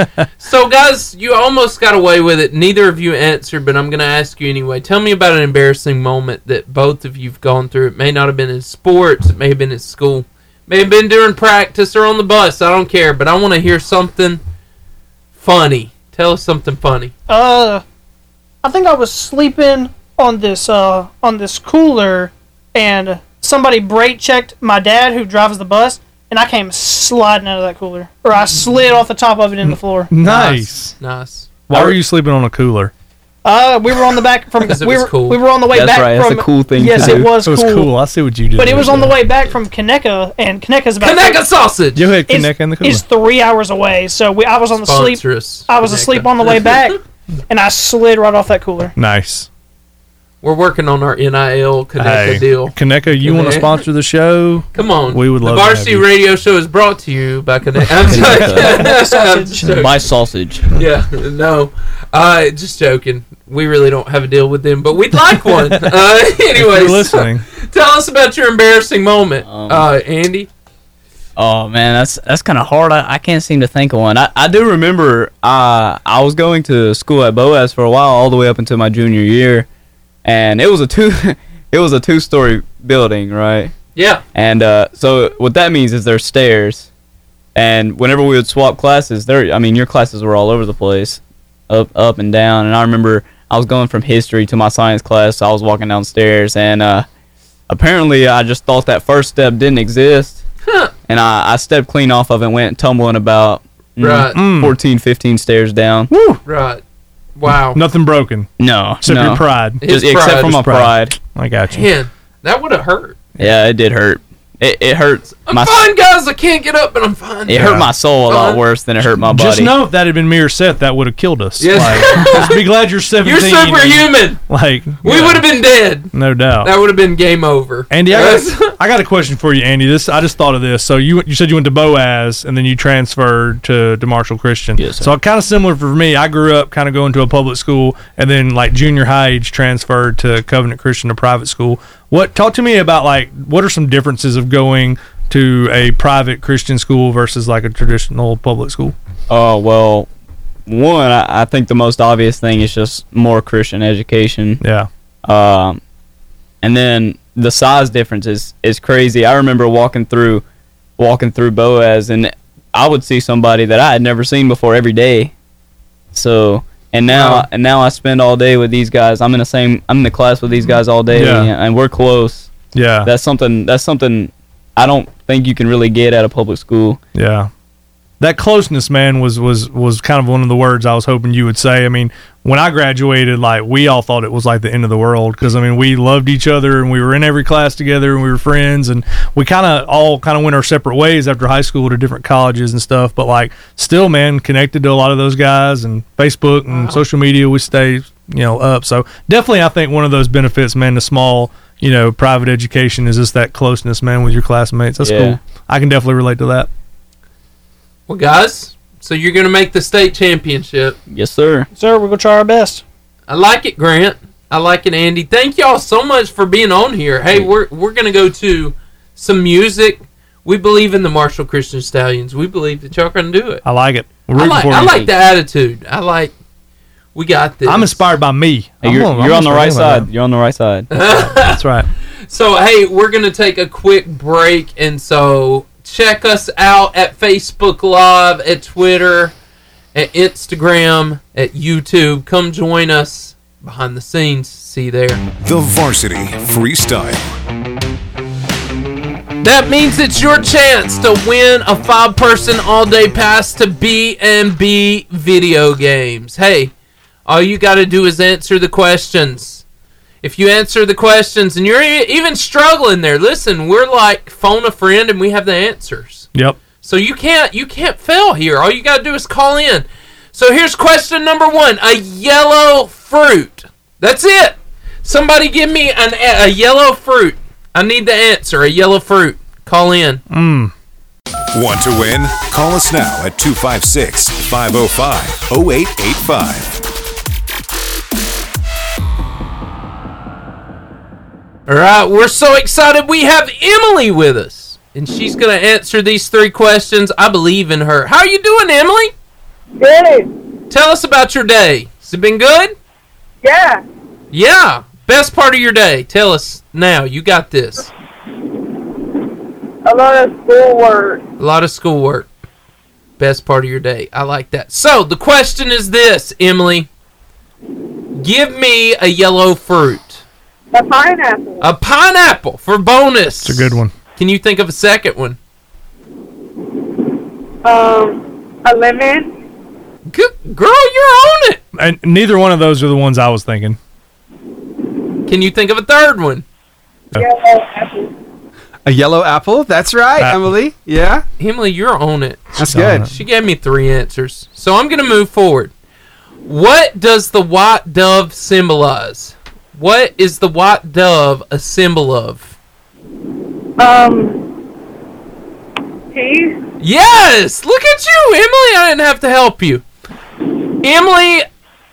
[SPEAKER 2] in there. [LAUGHS] so, guys, you almost got away with it. Neither of you answered, but I'm going to ask you anyway. Tell me about an embarrassing moment that both of you've gone through. It may not have been in sports, it may have been in school, may have been during practice or on the bus. I don't care, but I want to hear something funny. Tell us something funny.
[SPEAKER 11] Uh, I think I was sleeping on this uh on this cooler, and somebody brake checked my dad who drives the bus, and I came sliding out of that cooler, or I slid off the top of it in
[SPEAKER 10] [LAUGHS]
[SPEAKER 11] the floor.
[SPEAKER 3] Nice.
[SPEAKER 2] Nice.
[SPEAKER 3] Why were you sleeping on a cooler?
[SPEAKER 11] Uh, we were on the back from
[SPEAKER 2] [LAUGHS] 'Cause it
[SPEAKER 11] we
[SPEAKER 2] was
[SPEAKER 11] were
[SPEAKER 2] cool.
[SPEAKER 11] we were on the way
[SPEAKER 10] That's
[SPEAKER 11] back
[SPEAKER 10] right, that's
[SPEAKER 11] from
[SPEAKER 10] a cool thing to
[SPEAKER 11] Yes,
[SPEAKER 10] do.
[SPEAKER 11] it was,
[SPEAKER 3] It was
[SPEAKER 11] cool,
[SPEAKER 3] cool. I see what you did.
[SPEAKER 11] but it
[SPEAKER 3] there.
[SPEAKER 11] was on the way back from Kaneka, and Kaneka's about
[SPEAKER 2] Kaneka sausage!
[SPEAKER 3] You had [LAUGHS]
[SPEAKER 11] is,
[SPEAKER 3] Kaneka in the cooler.
[SPEAKER 11] is three hours away. So we I was on the sleep
[SPEAKER 2] Sponsor us,
[SPEAKER 11] I was
[SPEAKER 2] Kaneka.
[SPEAKER 11] asleep on
[SPEAKER 3] [LAUGHS]
[SPEAKER 11] the way back, and I slid right off that cooler.
[SPEAKER 3] Nice.
[SPEAKER 2] We're working on our NIL Kaneka
[SPEAKER 3] Hey,
[SPEAKER 2] deal.
[SPEAKER 3] Kaneka, you want to
[SPEAKER 2] Kaneka.
[SPEAKER 3] sponsor the show?
[SPEAKER 2] Come on.
[SPEAKER 3] We would love
[SPEAKER 2] The
[SPEAKER 3] to have
[SPEAKER 2] Varsity
[SPEAKER 3] you.
[SPEAKER 2] Radio Show is brought to you
[SPEAKER 10] [LAUGHS]
[SPEAKER 2] by Kaneka. I'm sorry.
[SPEAKER 11] Sausage.
[SPEAKER 2] [LAUGHS] I'm joking.
[SPEAKER 10] My sausage.
[SPEAKER 2] yeah, no. Uh, just joking. We really don't have a deal with them, but we'd
[SPEAKER 3] [LAUGHS]
[SPEAKER 2] like one. uh, [LAUGHS]
[SPEAKER 3] If
[SPEAKER 2] anyways,
[SPEAKER 3] you're listening.
[SPEAKER 2] [LAUGHS] tell us about your embarrassing moment,
[SPEAKER 10] Um,
[SPEAKER 2] uh, Andy.
[SPEAKER 10] Oh man, that's that's kind of hard. I, I can't seem to think of one. I, I do remember uh, I was going to school at Boaz for a while, all the way up until my junior year, and it was a two [LAUGHS] it was a two story building, right?
[SPEAKER 2] Yeah.
[SPEAKER 10] And uh, so what that means is there's stairs, and whenever we would swap classes, there I mean your classes were all over the place, up up and down. And I remember I was going from history to my science class. So I was walking downstairs, and uh, apparently I just thought that first step didn't exist,
[SPEAKER 2] Huh.
[SPEAKER 10] and I, I stepped clean off of it, and went tumbling about mm,
[SPEAKER 2] Right.
[SPEAKER 3] Mm.
[SPEAKER 10] 14, 15 stairs down.
[SPEAKER 3] Woo!
[SPEAKER 2] Right. Wow.
[SPEAKER 3] Nothing broken
[SPEAKER 10] No,
[SPEAKER 3] except
[SPEAKER 10] no.
[SPEAKER 3] your pride.
[SPEAKER 10] Just,
[SPEAKER 2] His
[SPEAKER 10] except
[SPEAKER 2] pride.
[SPEAKER 10] for my
[SPEAKER 3] His pride.
[SPEAKER 10] pride.
[SPEAKER 3] I got you.
[SPEAKER 2] Man, that would have hurt.
[SPEAKER 10] Yeah, it did hurt. It it hurt
[SPEAKER 2] I'm
[SPEAKER 10] my
[SPEAKER 2] fine, guys. I can't get up, but I'm fine.
[SPEAKER 10] it hurt my soul a lot
[SPEAKER 2] Uh-huh.
[SPEAKER 10] worse than it hurt my body.
[SPEAKER 3] Just know if that had been me or Seth, that would have killed us.
[SPEAKER 2] Yes.
[SPEAKER 3] Like, just be glad you're 17.
[SPEAKER 2] You're superhuman.
[SPEAKER 3] Like,
[SPEAKER 2] We would have been dead.
[SPEAKER 3] no doubt.
[SPEAKER 2] That would have been game over.
[SPEAKER 3] Andy, I
[SPEAKER 2] Yes.
[SPEAKER 3] got, I got a question for you, Andy. This I just thought of this. So you you said you went to Boaz and then you transferred to, to Marshall Christian.
[SPEAKER 10] Yes, sir.
[SPEAKER 3] So kind of similar for me. I grew up kind of going to a public school and then like junior high age transferred to Covenant Christian, a private school. What talk to me about like what are some differences of going to a private Christian school versus like a traditional public school?
[SPEAKER 10] Oh well, one I, I think the most obvious thing is just more Christian education,
[SPEAKER 3] Yeah.
[SPEAKER 10] um, and then the size difference is is crazy. I remember walking through, walking through Boaz, and I would see somebody that I had never seen before every day. So and now
[SPEAKER 2] Wow.
[SPEAKER 10] and now I spend all day with these guys. I'm in the same I'm in the class with these guys all day,
[SPEAKER 3] Yeah.
[SPEAKER 10] and, and we're close.
[SPEAKER 3] Yeah.
[SPEAKER 10] That's something that's something I don't think you can really get at a public school.
[SPEAKER 3] Yeah. That closeness, man, was was was kind of one of the words I was hoping you would say. I mean, when I graduated, like we all thought it was like the end of the world because I mean we loved each other and we were in every class together and we were friends and we kind of all kind of went our separate ways after high school to different colleges and stuff. But like still, man, connected to a lot of those guys and Facebook and social media, we stay you know up. So definitely, I think one of those benefits, man, the small you know private education is just that closeness, man, with your classmates. That's
[SPEAKER 10] Yeah.
[SPEAKER 3] cool. I can definitely relate to that.
[SPEAKER 2] well, guys, so you're going to make the state championship.
[SPEAKER 10] Yes, sir.
[SPEAKER 11] Sir, we're gonna try our best.
[SPEAKER 2] I like it, Grant. I like it, Andy. Thank y'all so much for being on here. Hey, we're we're gonna go to some music. We believe in the Marshall Christian Stallions. We believe that y'all can do it.
[SPEAKER 3] I like it. We're
[SPEAKER 2] I
[SPEAKER 3] rooting
[SPEAKER 2] like
[SPEAKER 3] for
[SPEAKER 2] I
[SPEAKER 3] you.
[SPEAKER 2] like the attitude. I like we got this.
[SPEAKER 3] I'm inspired by me.
[SPEAKER 10] Hey,
[SPEAKER 3] I'm
[SPEAKER 10] you're
[SPEAKER 3] gonna- I'm
[SPEAKER 10] you're on the
[SPEAKER 3] gonna
[SPEAKER 10] right
[SPEAKER 3] start
[SPEAKER 10] side.
[SPEAKER 3] doing
[SPEAKER 10] You're on the right side.
[SPEAKER 3] that. That's right.
[SPEAKER 2] So, hey, we're going to take a quick break. And so, check us out at Facebook Live, at Twitter, at Instagram, at YouTube. Come join us behind the scenes. See you there.
[SPEAKER 1] The Varsity Freestyle.
[SPEAKER 2] That means it's your chance to win a five-person all-day pass to B&B Video Games. Hey, all you got to do is answer the questions. If you answer the questions and you're e- even struggling there, listen, we're like phone a friend and we have the answers.
[SPEAKER 3] Yep.
[SPEAKER 2] So you can't you can't fail here. All you got to do is call in. So here's question number 1, a yellow fruit. That's it. Somebody give me an a a yellow fruit. I need the answer, a yellow fruit. Call in.
[SPEAKER 3] Mm.
[SPEAKER 1] Want to win? Call us now at 256 505 0885.
[SPEAKER 2] All right, we're so excited. We have Emily with us, and she's going to answer these three questions. I believe in her. How are you doing, Emily? Good. Tell us about your day. Has it been good?
[SPEAKER 12] Yeah.
[SPEAKER 2] Yeah. Best part of your day. Tell us now. You got this.
[SPEAKER 12] A lot of schoolwork.
[SPEAKER 2] A lot of schoolwork. Best part of your day. I like that. So the question is this, Emily. Give me a yellow fruit.
[SPEAKER 12] A pineapple.
[SPEAKER 2] A pineapple for bonus.
[SPEAKER 3] It's a good one.
[SPEAKER 2] Can you think of a second one?
[SPEAKER 12] Um, a lemon.
[SPEAKER 2] Good girl, you're on it.
[SPEAKER 3] And neither one of those are the ones I was thinking.
[SPEAKER 2] Can you think of a third one?
[SPEAKER 12] Yellow apple.
[SPEAKER 4] A yellow apple. That's right,
[SPEAKER 2] Uh,
[SPEAKER 3] Apple.
[SPEAKER 4] Emily. Yeah,
[SPEAKER 2] Emily, you're on it.
[SPEAKER 4] that's good.
[SPEAKER 2] She gave me three answers. So I'm going to move forward. What does the white dove symbolize? What is the white dove a symbol of?
[SPEAKER 12] Um, peas.
[SPEAKER 2] Yes! Look at you, Emily. I didn't have to help you. Emily, I,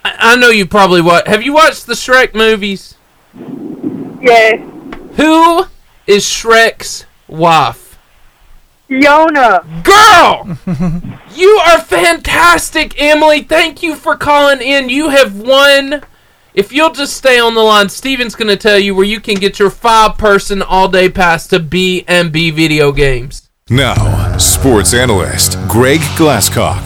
[SPEAKER 2] I know you probably what. Have you watched the Shrek movies?
[SPEAKER 12] Yes.
[SPEAKER 2] Who is Shrek's wife?
[SPEAKER 12] Yona.
[SPEAKER 2] Girl! you are fantastic, Emily. Thank you for calling in. You have won. If you'll just stay on the line, Steven's going to tell you where you can get your five person all day pass to B&B video games.
[SPEAKER 1] Now, sports analyst Greg Glasscock.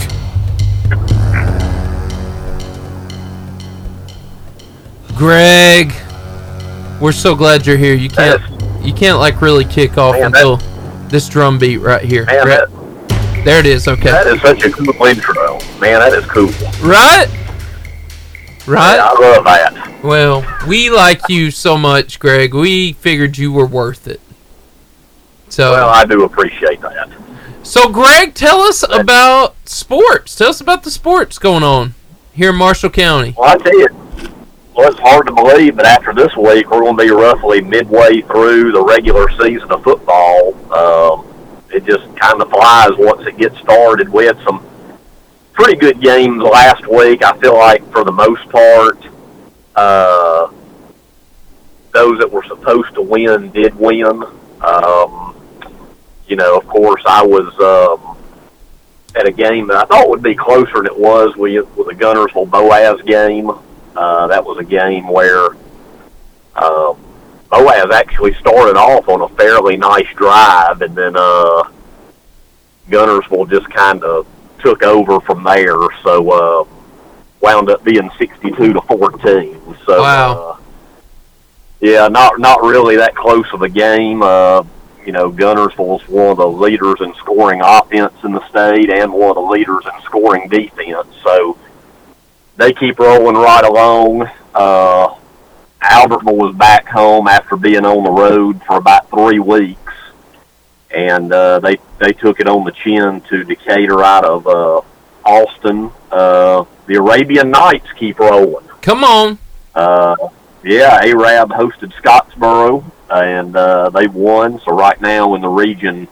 [SPEAKER 2] Greg, we're so glad you're here. You can't you can't like really kick off
[SPEAKER 9] Man, that-
[SPEAKER 2] until this drum beat right here.
[SPEAKER 9] Man,
[SPEAKER 2] Right-
[SPEAKER 9] that,
[SPEAKER 2] there it is. Okay.
[SPEAKER 9] that is such a cool intro. Man, that is cool.
[SPEAKER 2] right? Right?
[SPEAKER 9] I love that.
[SPEAKER 2] Well, we like you so much, Greg. We figured you were worth it. So,
[SPEAKER 9] Well, I do appreciate that.
[SPEAKER 2] so Greg, tell us about sports. Tell us about the sports going on here in Marshall County.
[SPEAKER 9] Well, I tell you, well, it's hard to believe, but after this week, we're going to be roughly midway through the regular season of football. Um, it just kind of flies once it gets started. We had some pretty good games last week. I feel like for the most part, uh, those that were supposed to win did win. Um, you know, of course, I was um, at a game that I thought would be closer than it was with, with the Gunnersville Boaz game. Uh, that was a game where um, Boaz actually started off on a fairly nice drive, and then uh, Gunnersville just kind of took over from there. So uh, wound up being sixty-two to fourteen. So
[SPEAKER 2] Wow.
[SPEAKER 9] uh, yeah, not not really that close of a game. Uh, you know, Gunnersville's one of the leaders in scoring offense in the state and one of the leaders in scoring defense. So they keep rolling right along. Uh, Albertville was back home after being on the road for about three weeks, and uh, they they took it on the chin to Decatur out of uh, Austin. Uh, the Arabian Nights keep rolling.
[SPEAKER 2] Come on.
[SPEAKER 9] Uh, yeah, Arab hosted Scottsboro, and uh, they've won. So right now in the region,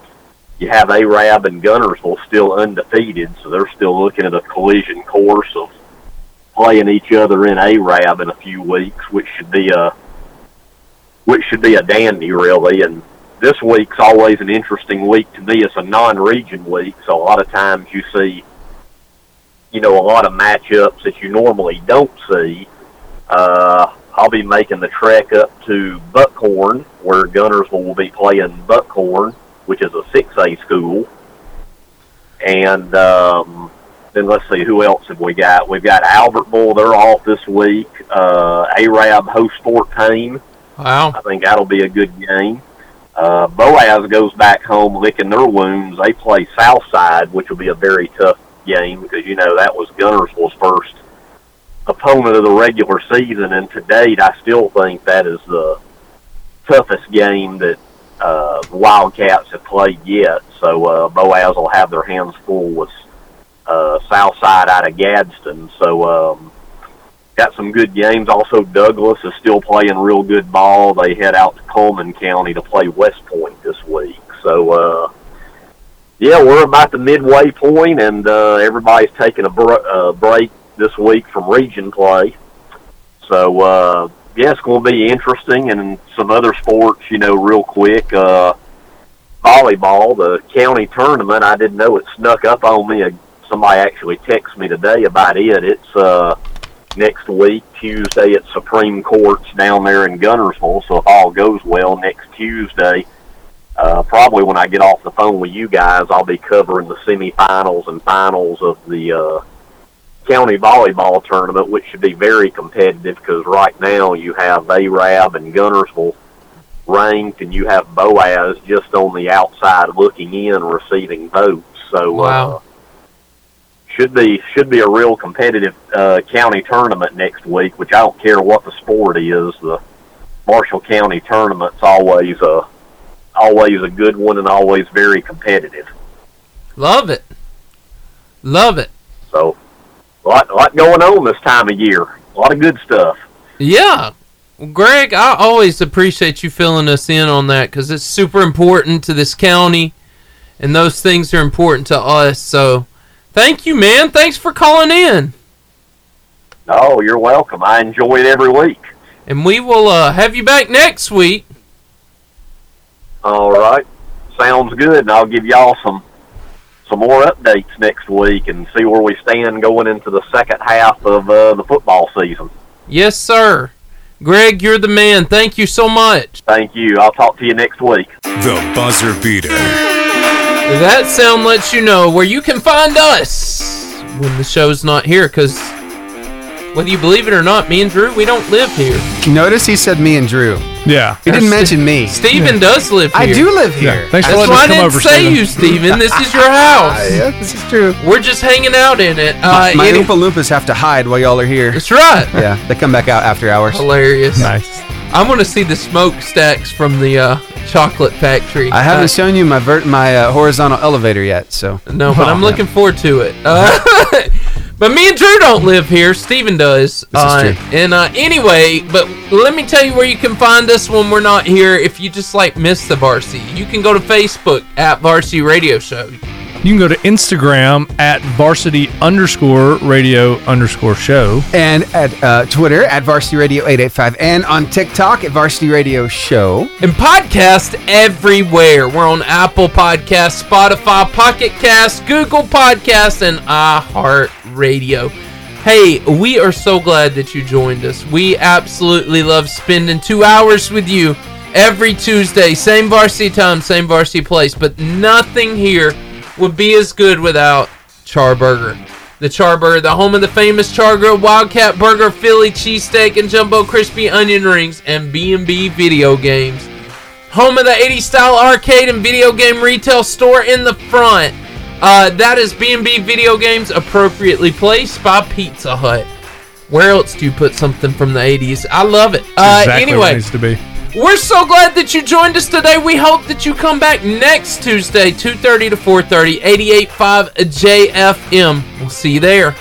[SPEAKER 9] you have Arab and Gunnersville still undefeated. So they're still looking at a collision course of playing each other in Arab in a few weeks, which should be a which should be a dandy really. And this week's always an interesting week to me. It's a non-region week, so a lot of times you see. You know, a lot of matchups that you normally don't see, uh, I'll be making the trek up to Buckhorn, where Gunnersville will be playing Buckhorn, which is a 6A school. And um, then let's see, who else have we got? We've got Albertville, they're off this week. Uh, Arab hosts 14.
[SPEAKER 2] Wow.
[SPEAKER 9] I think that'll be a good game. Uh, Boaz goes back home licking their wounds. They play Southside, which will be a very tough game because you know that was Gunnersville's first opponent of the regular season, and to date, I still think that is the toughest game that uh, the Wildcats have played yet. So uh, Boaz will have their hands full with uh, Southside out of Gadsden. So um, got some good games. Also, Douglas is still playing real good ball. They head out to Coleman County to play West Point this week. So, uh, yeah, we're about the midway point, and uh, everybody's taking a br- uh, break this week from region play. So, uh, yeah, it's going to be interesting. And some other sports, you know, real quick. Uh, volleyball, the county tournament. I didn't know it snuck up on me. Somebody actually texted me today about it. It's uh, next week, Tuesday, at Supreme Court's down there in Gunnersville. So if all goes well, next Tuesday, uh, probably when I get off the phone with you guys, I'll be covering the semifinals and finals of the uh, county volleyball tournament, which should be very competitive because right now you have Arab and Gunnersville ranked, and you have Boaz just on the outside looking in, receiving votes. So uh, should be should be a real competitive uh, county tournament next week. Which I don't care what the sport is. The Marshall County tournament's always a always a good one and always very competitive.
[SPEAKER 2] Love it. Love it.
[SPEAKER 9] So a lot, a lot going on this time of year. A lot of good stuff.
[SPEAKER 2] Yeah. Well, Greg, I always appreciate you filling us in on that because it's super important to this county, and those things are important to us. So, thank you, man. Thanks for calling in.
[SPEAKER 9] Oh, you're welcome. I enjoy it every week.
[SPEAKER 2] And we will uh, have you back next week.
[SPEAKER 9] All right, sounds good. And I'll give y'all some some more updates next week and see where we stand going into the second half of uh, the football season.
[SPEAKER 2] Yes, sir. Greg, you're the man. Thank you so much.
[SPEAKER 9] Thank you. I'll talk to you next week.
[SPEAKER 1] The buzzer beater.
[SPEAKER 2] That sound lets you know where you can find us when the show's not here because whether you believe it or not, me and Drew, we don't live here.
[SPEAKER 4] Notice he said me and Drew.
[SPEAKER 3] Yeah.
[SPEAKER 4] He didn't mention me.
[SPEAKER 2] Steven does live here.
[SPEAKER 4] I do live here.
[SPEAKER 2] That's why I didn't say you, Steven. This is your house.
[SPEAKER 4] [LAUGHS] yeah, this is true.
[SPEAKER 2] We're just hanging out in it. Uh,
[SPEAKER 4] my my
[SPEAKER 2] any-
[SPEAKER 4] Oompa Loompas have to hide while y'all are here. That's
[SPEAKER 2] right.
[SPEAKER 4] yeah, they come back out after hours.
[SPEAKER 2] Hilarious.
[SPEAKER 4] Nice.
[SPEAKER 2] I want to see the smokestacks from the uh, chocolate factory.
[SPEAKER 4] I haven't
[SPEAKER 2] Uh,
[SPEAKER 4] shown you my vert- my uh, horizontal elevator yet, so
[SPEAKER 2] No, but
[SPEAKER 4] Oh,
[SPEAKER 2] I'm looking forward to it. Uh, [LAUGHS] but me and Drew don't live here. Steven does. This
[SPEAKER 4] true.
[SPEAKER 2] And uh, anyway, but let me tell you where you can find us when we're not here. If you just like miss the varsity, you can go to Facebook at Varsity Radio Show.
[SPEAKER 3] You can go to Instagram at varsity underscore radio underscore show.
[SPEAKER 4] And at uh, Twitter at Varsity Radio eight eight five, and on TikTok at Varsity Radio Show.
[SPEAKER 2] And podcast everywhere. We're on Apple Podcasts, Spotify, Pocket Cast, Google Podcasts, and iHeartRadio. Hey, we are so glad that you joined us. We absolutely love spending two hours with you every Tuesday. Same varsity time, same varsity place, but nothing here would be as good without Charburger. The Charburger, the home of the famous Char Grill Wildcat Burger, Philly cheesesteak, and jumbo crispy onion rings, and B&B video games. Home of the 80s style arcade and video game retail store in the front. Uh, that is B&B Video Games, appropriately placed by Pizza Hut. Where else do you put something from the 80s? I love it. Uh,
[SPEAKER 3] exactly where it
[SPEAKER 2] anyway,
[SPEAKER 3] needs to be.
[SPEAKER 2] we're so glad that you joined us today. We hope that you come back next Tuesday, 2.30 to 4.30, 88.5 JFM. We'll see you there.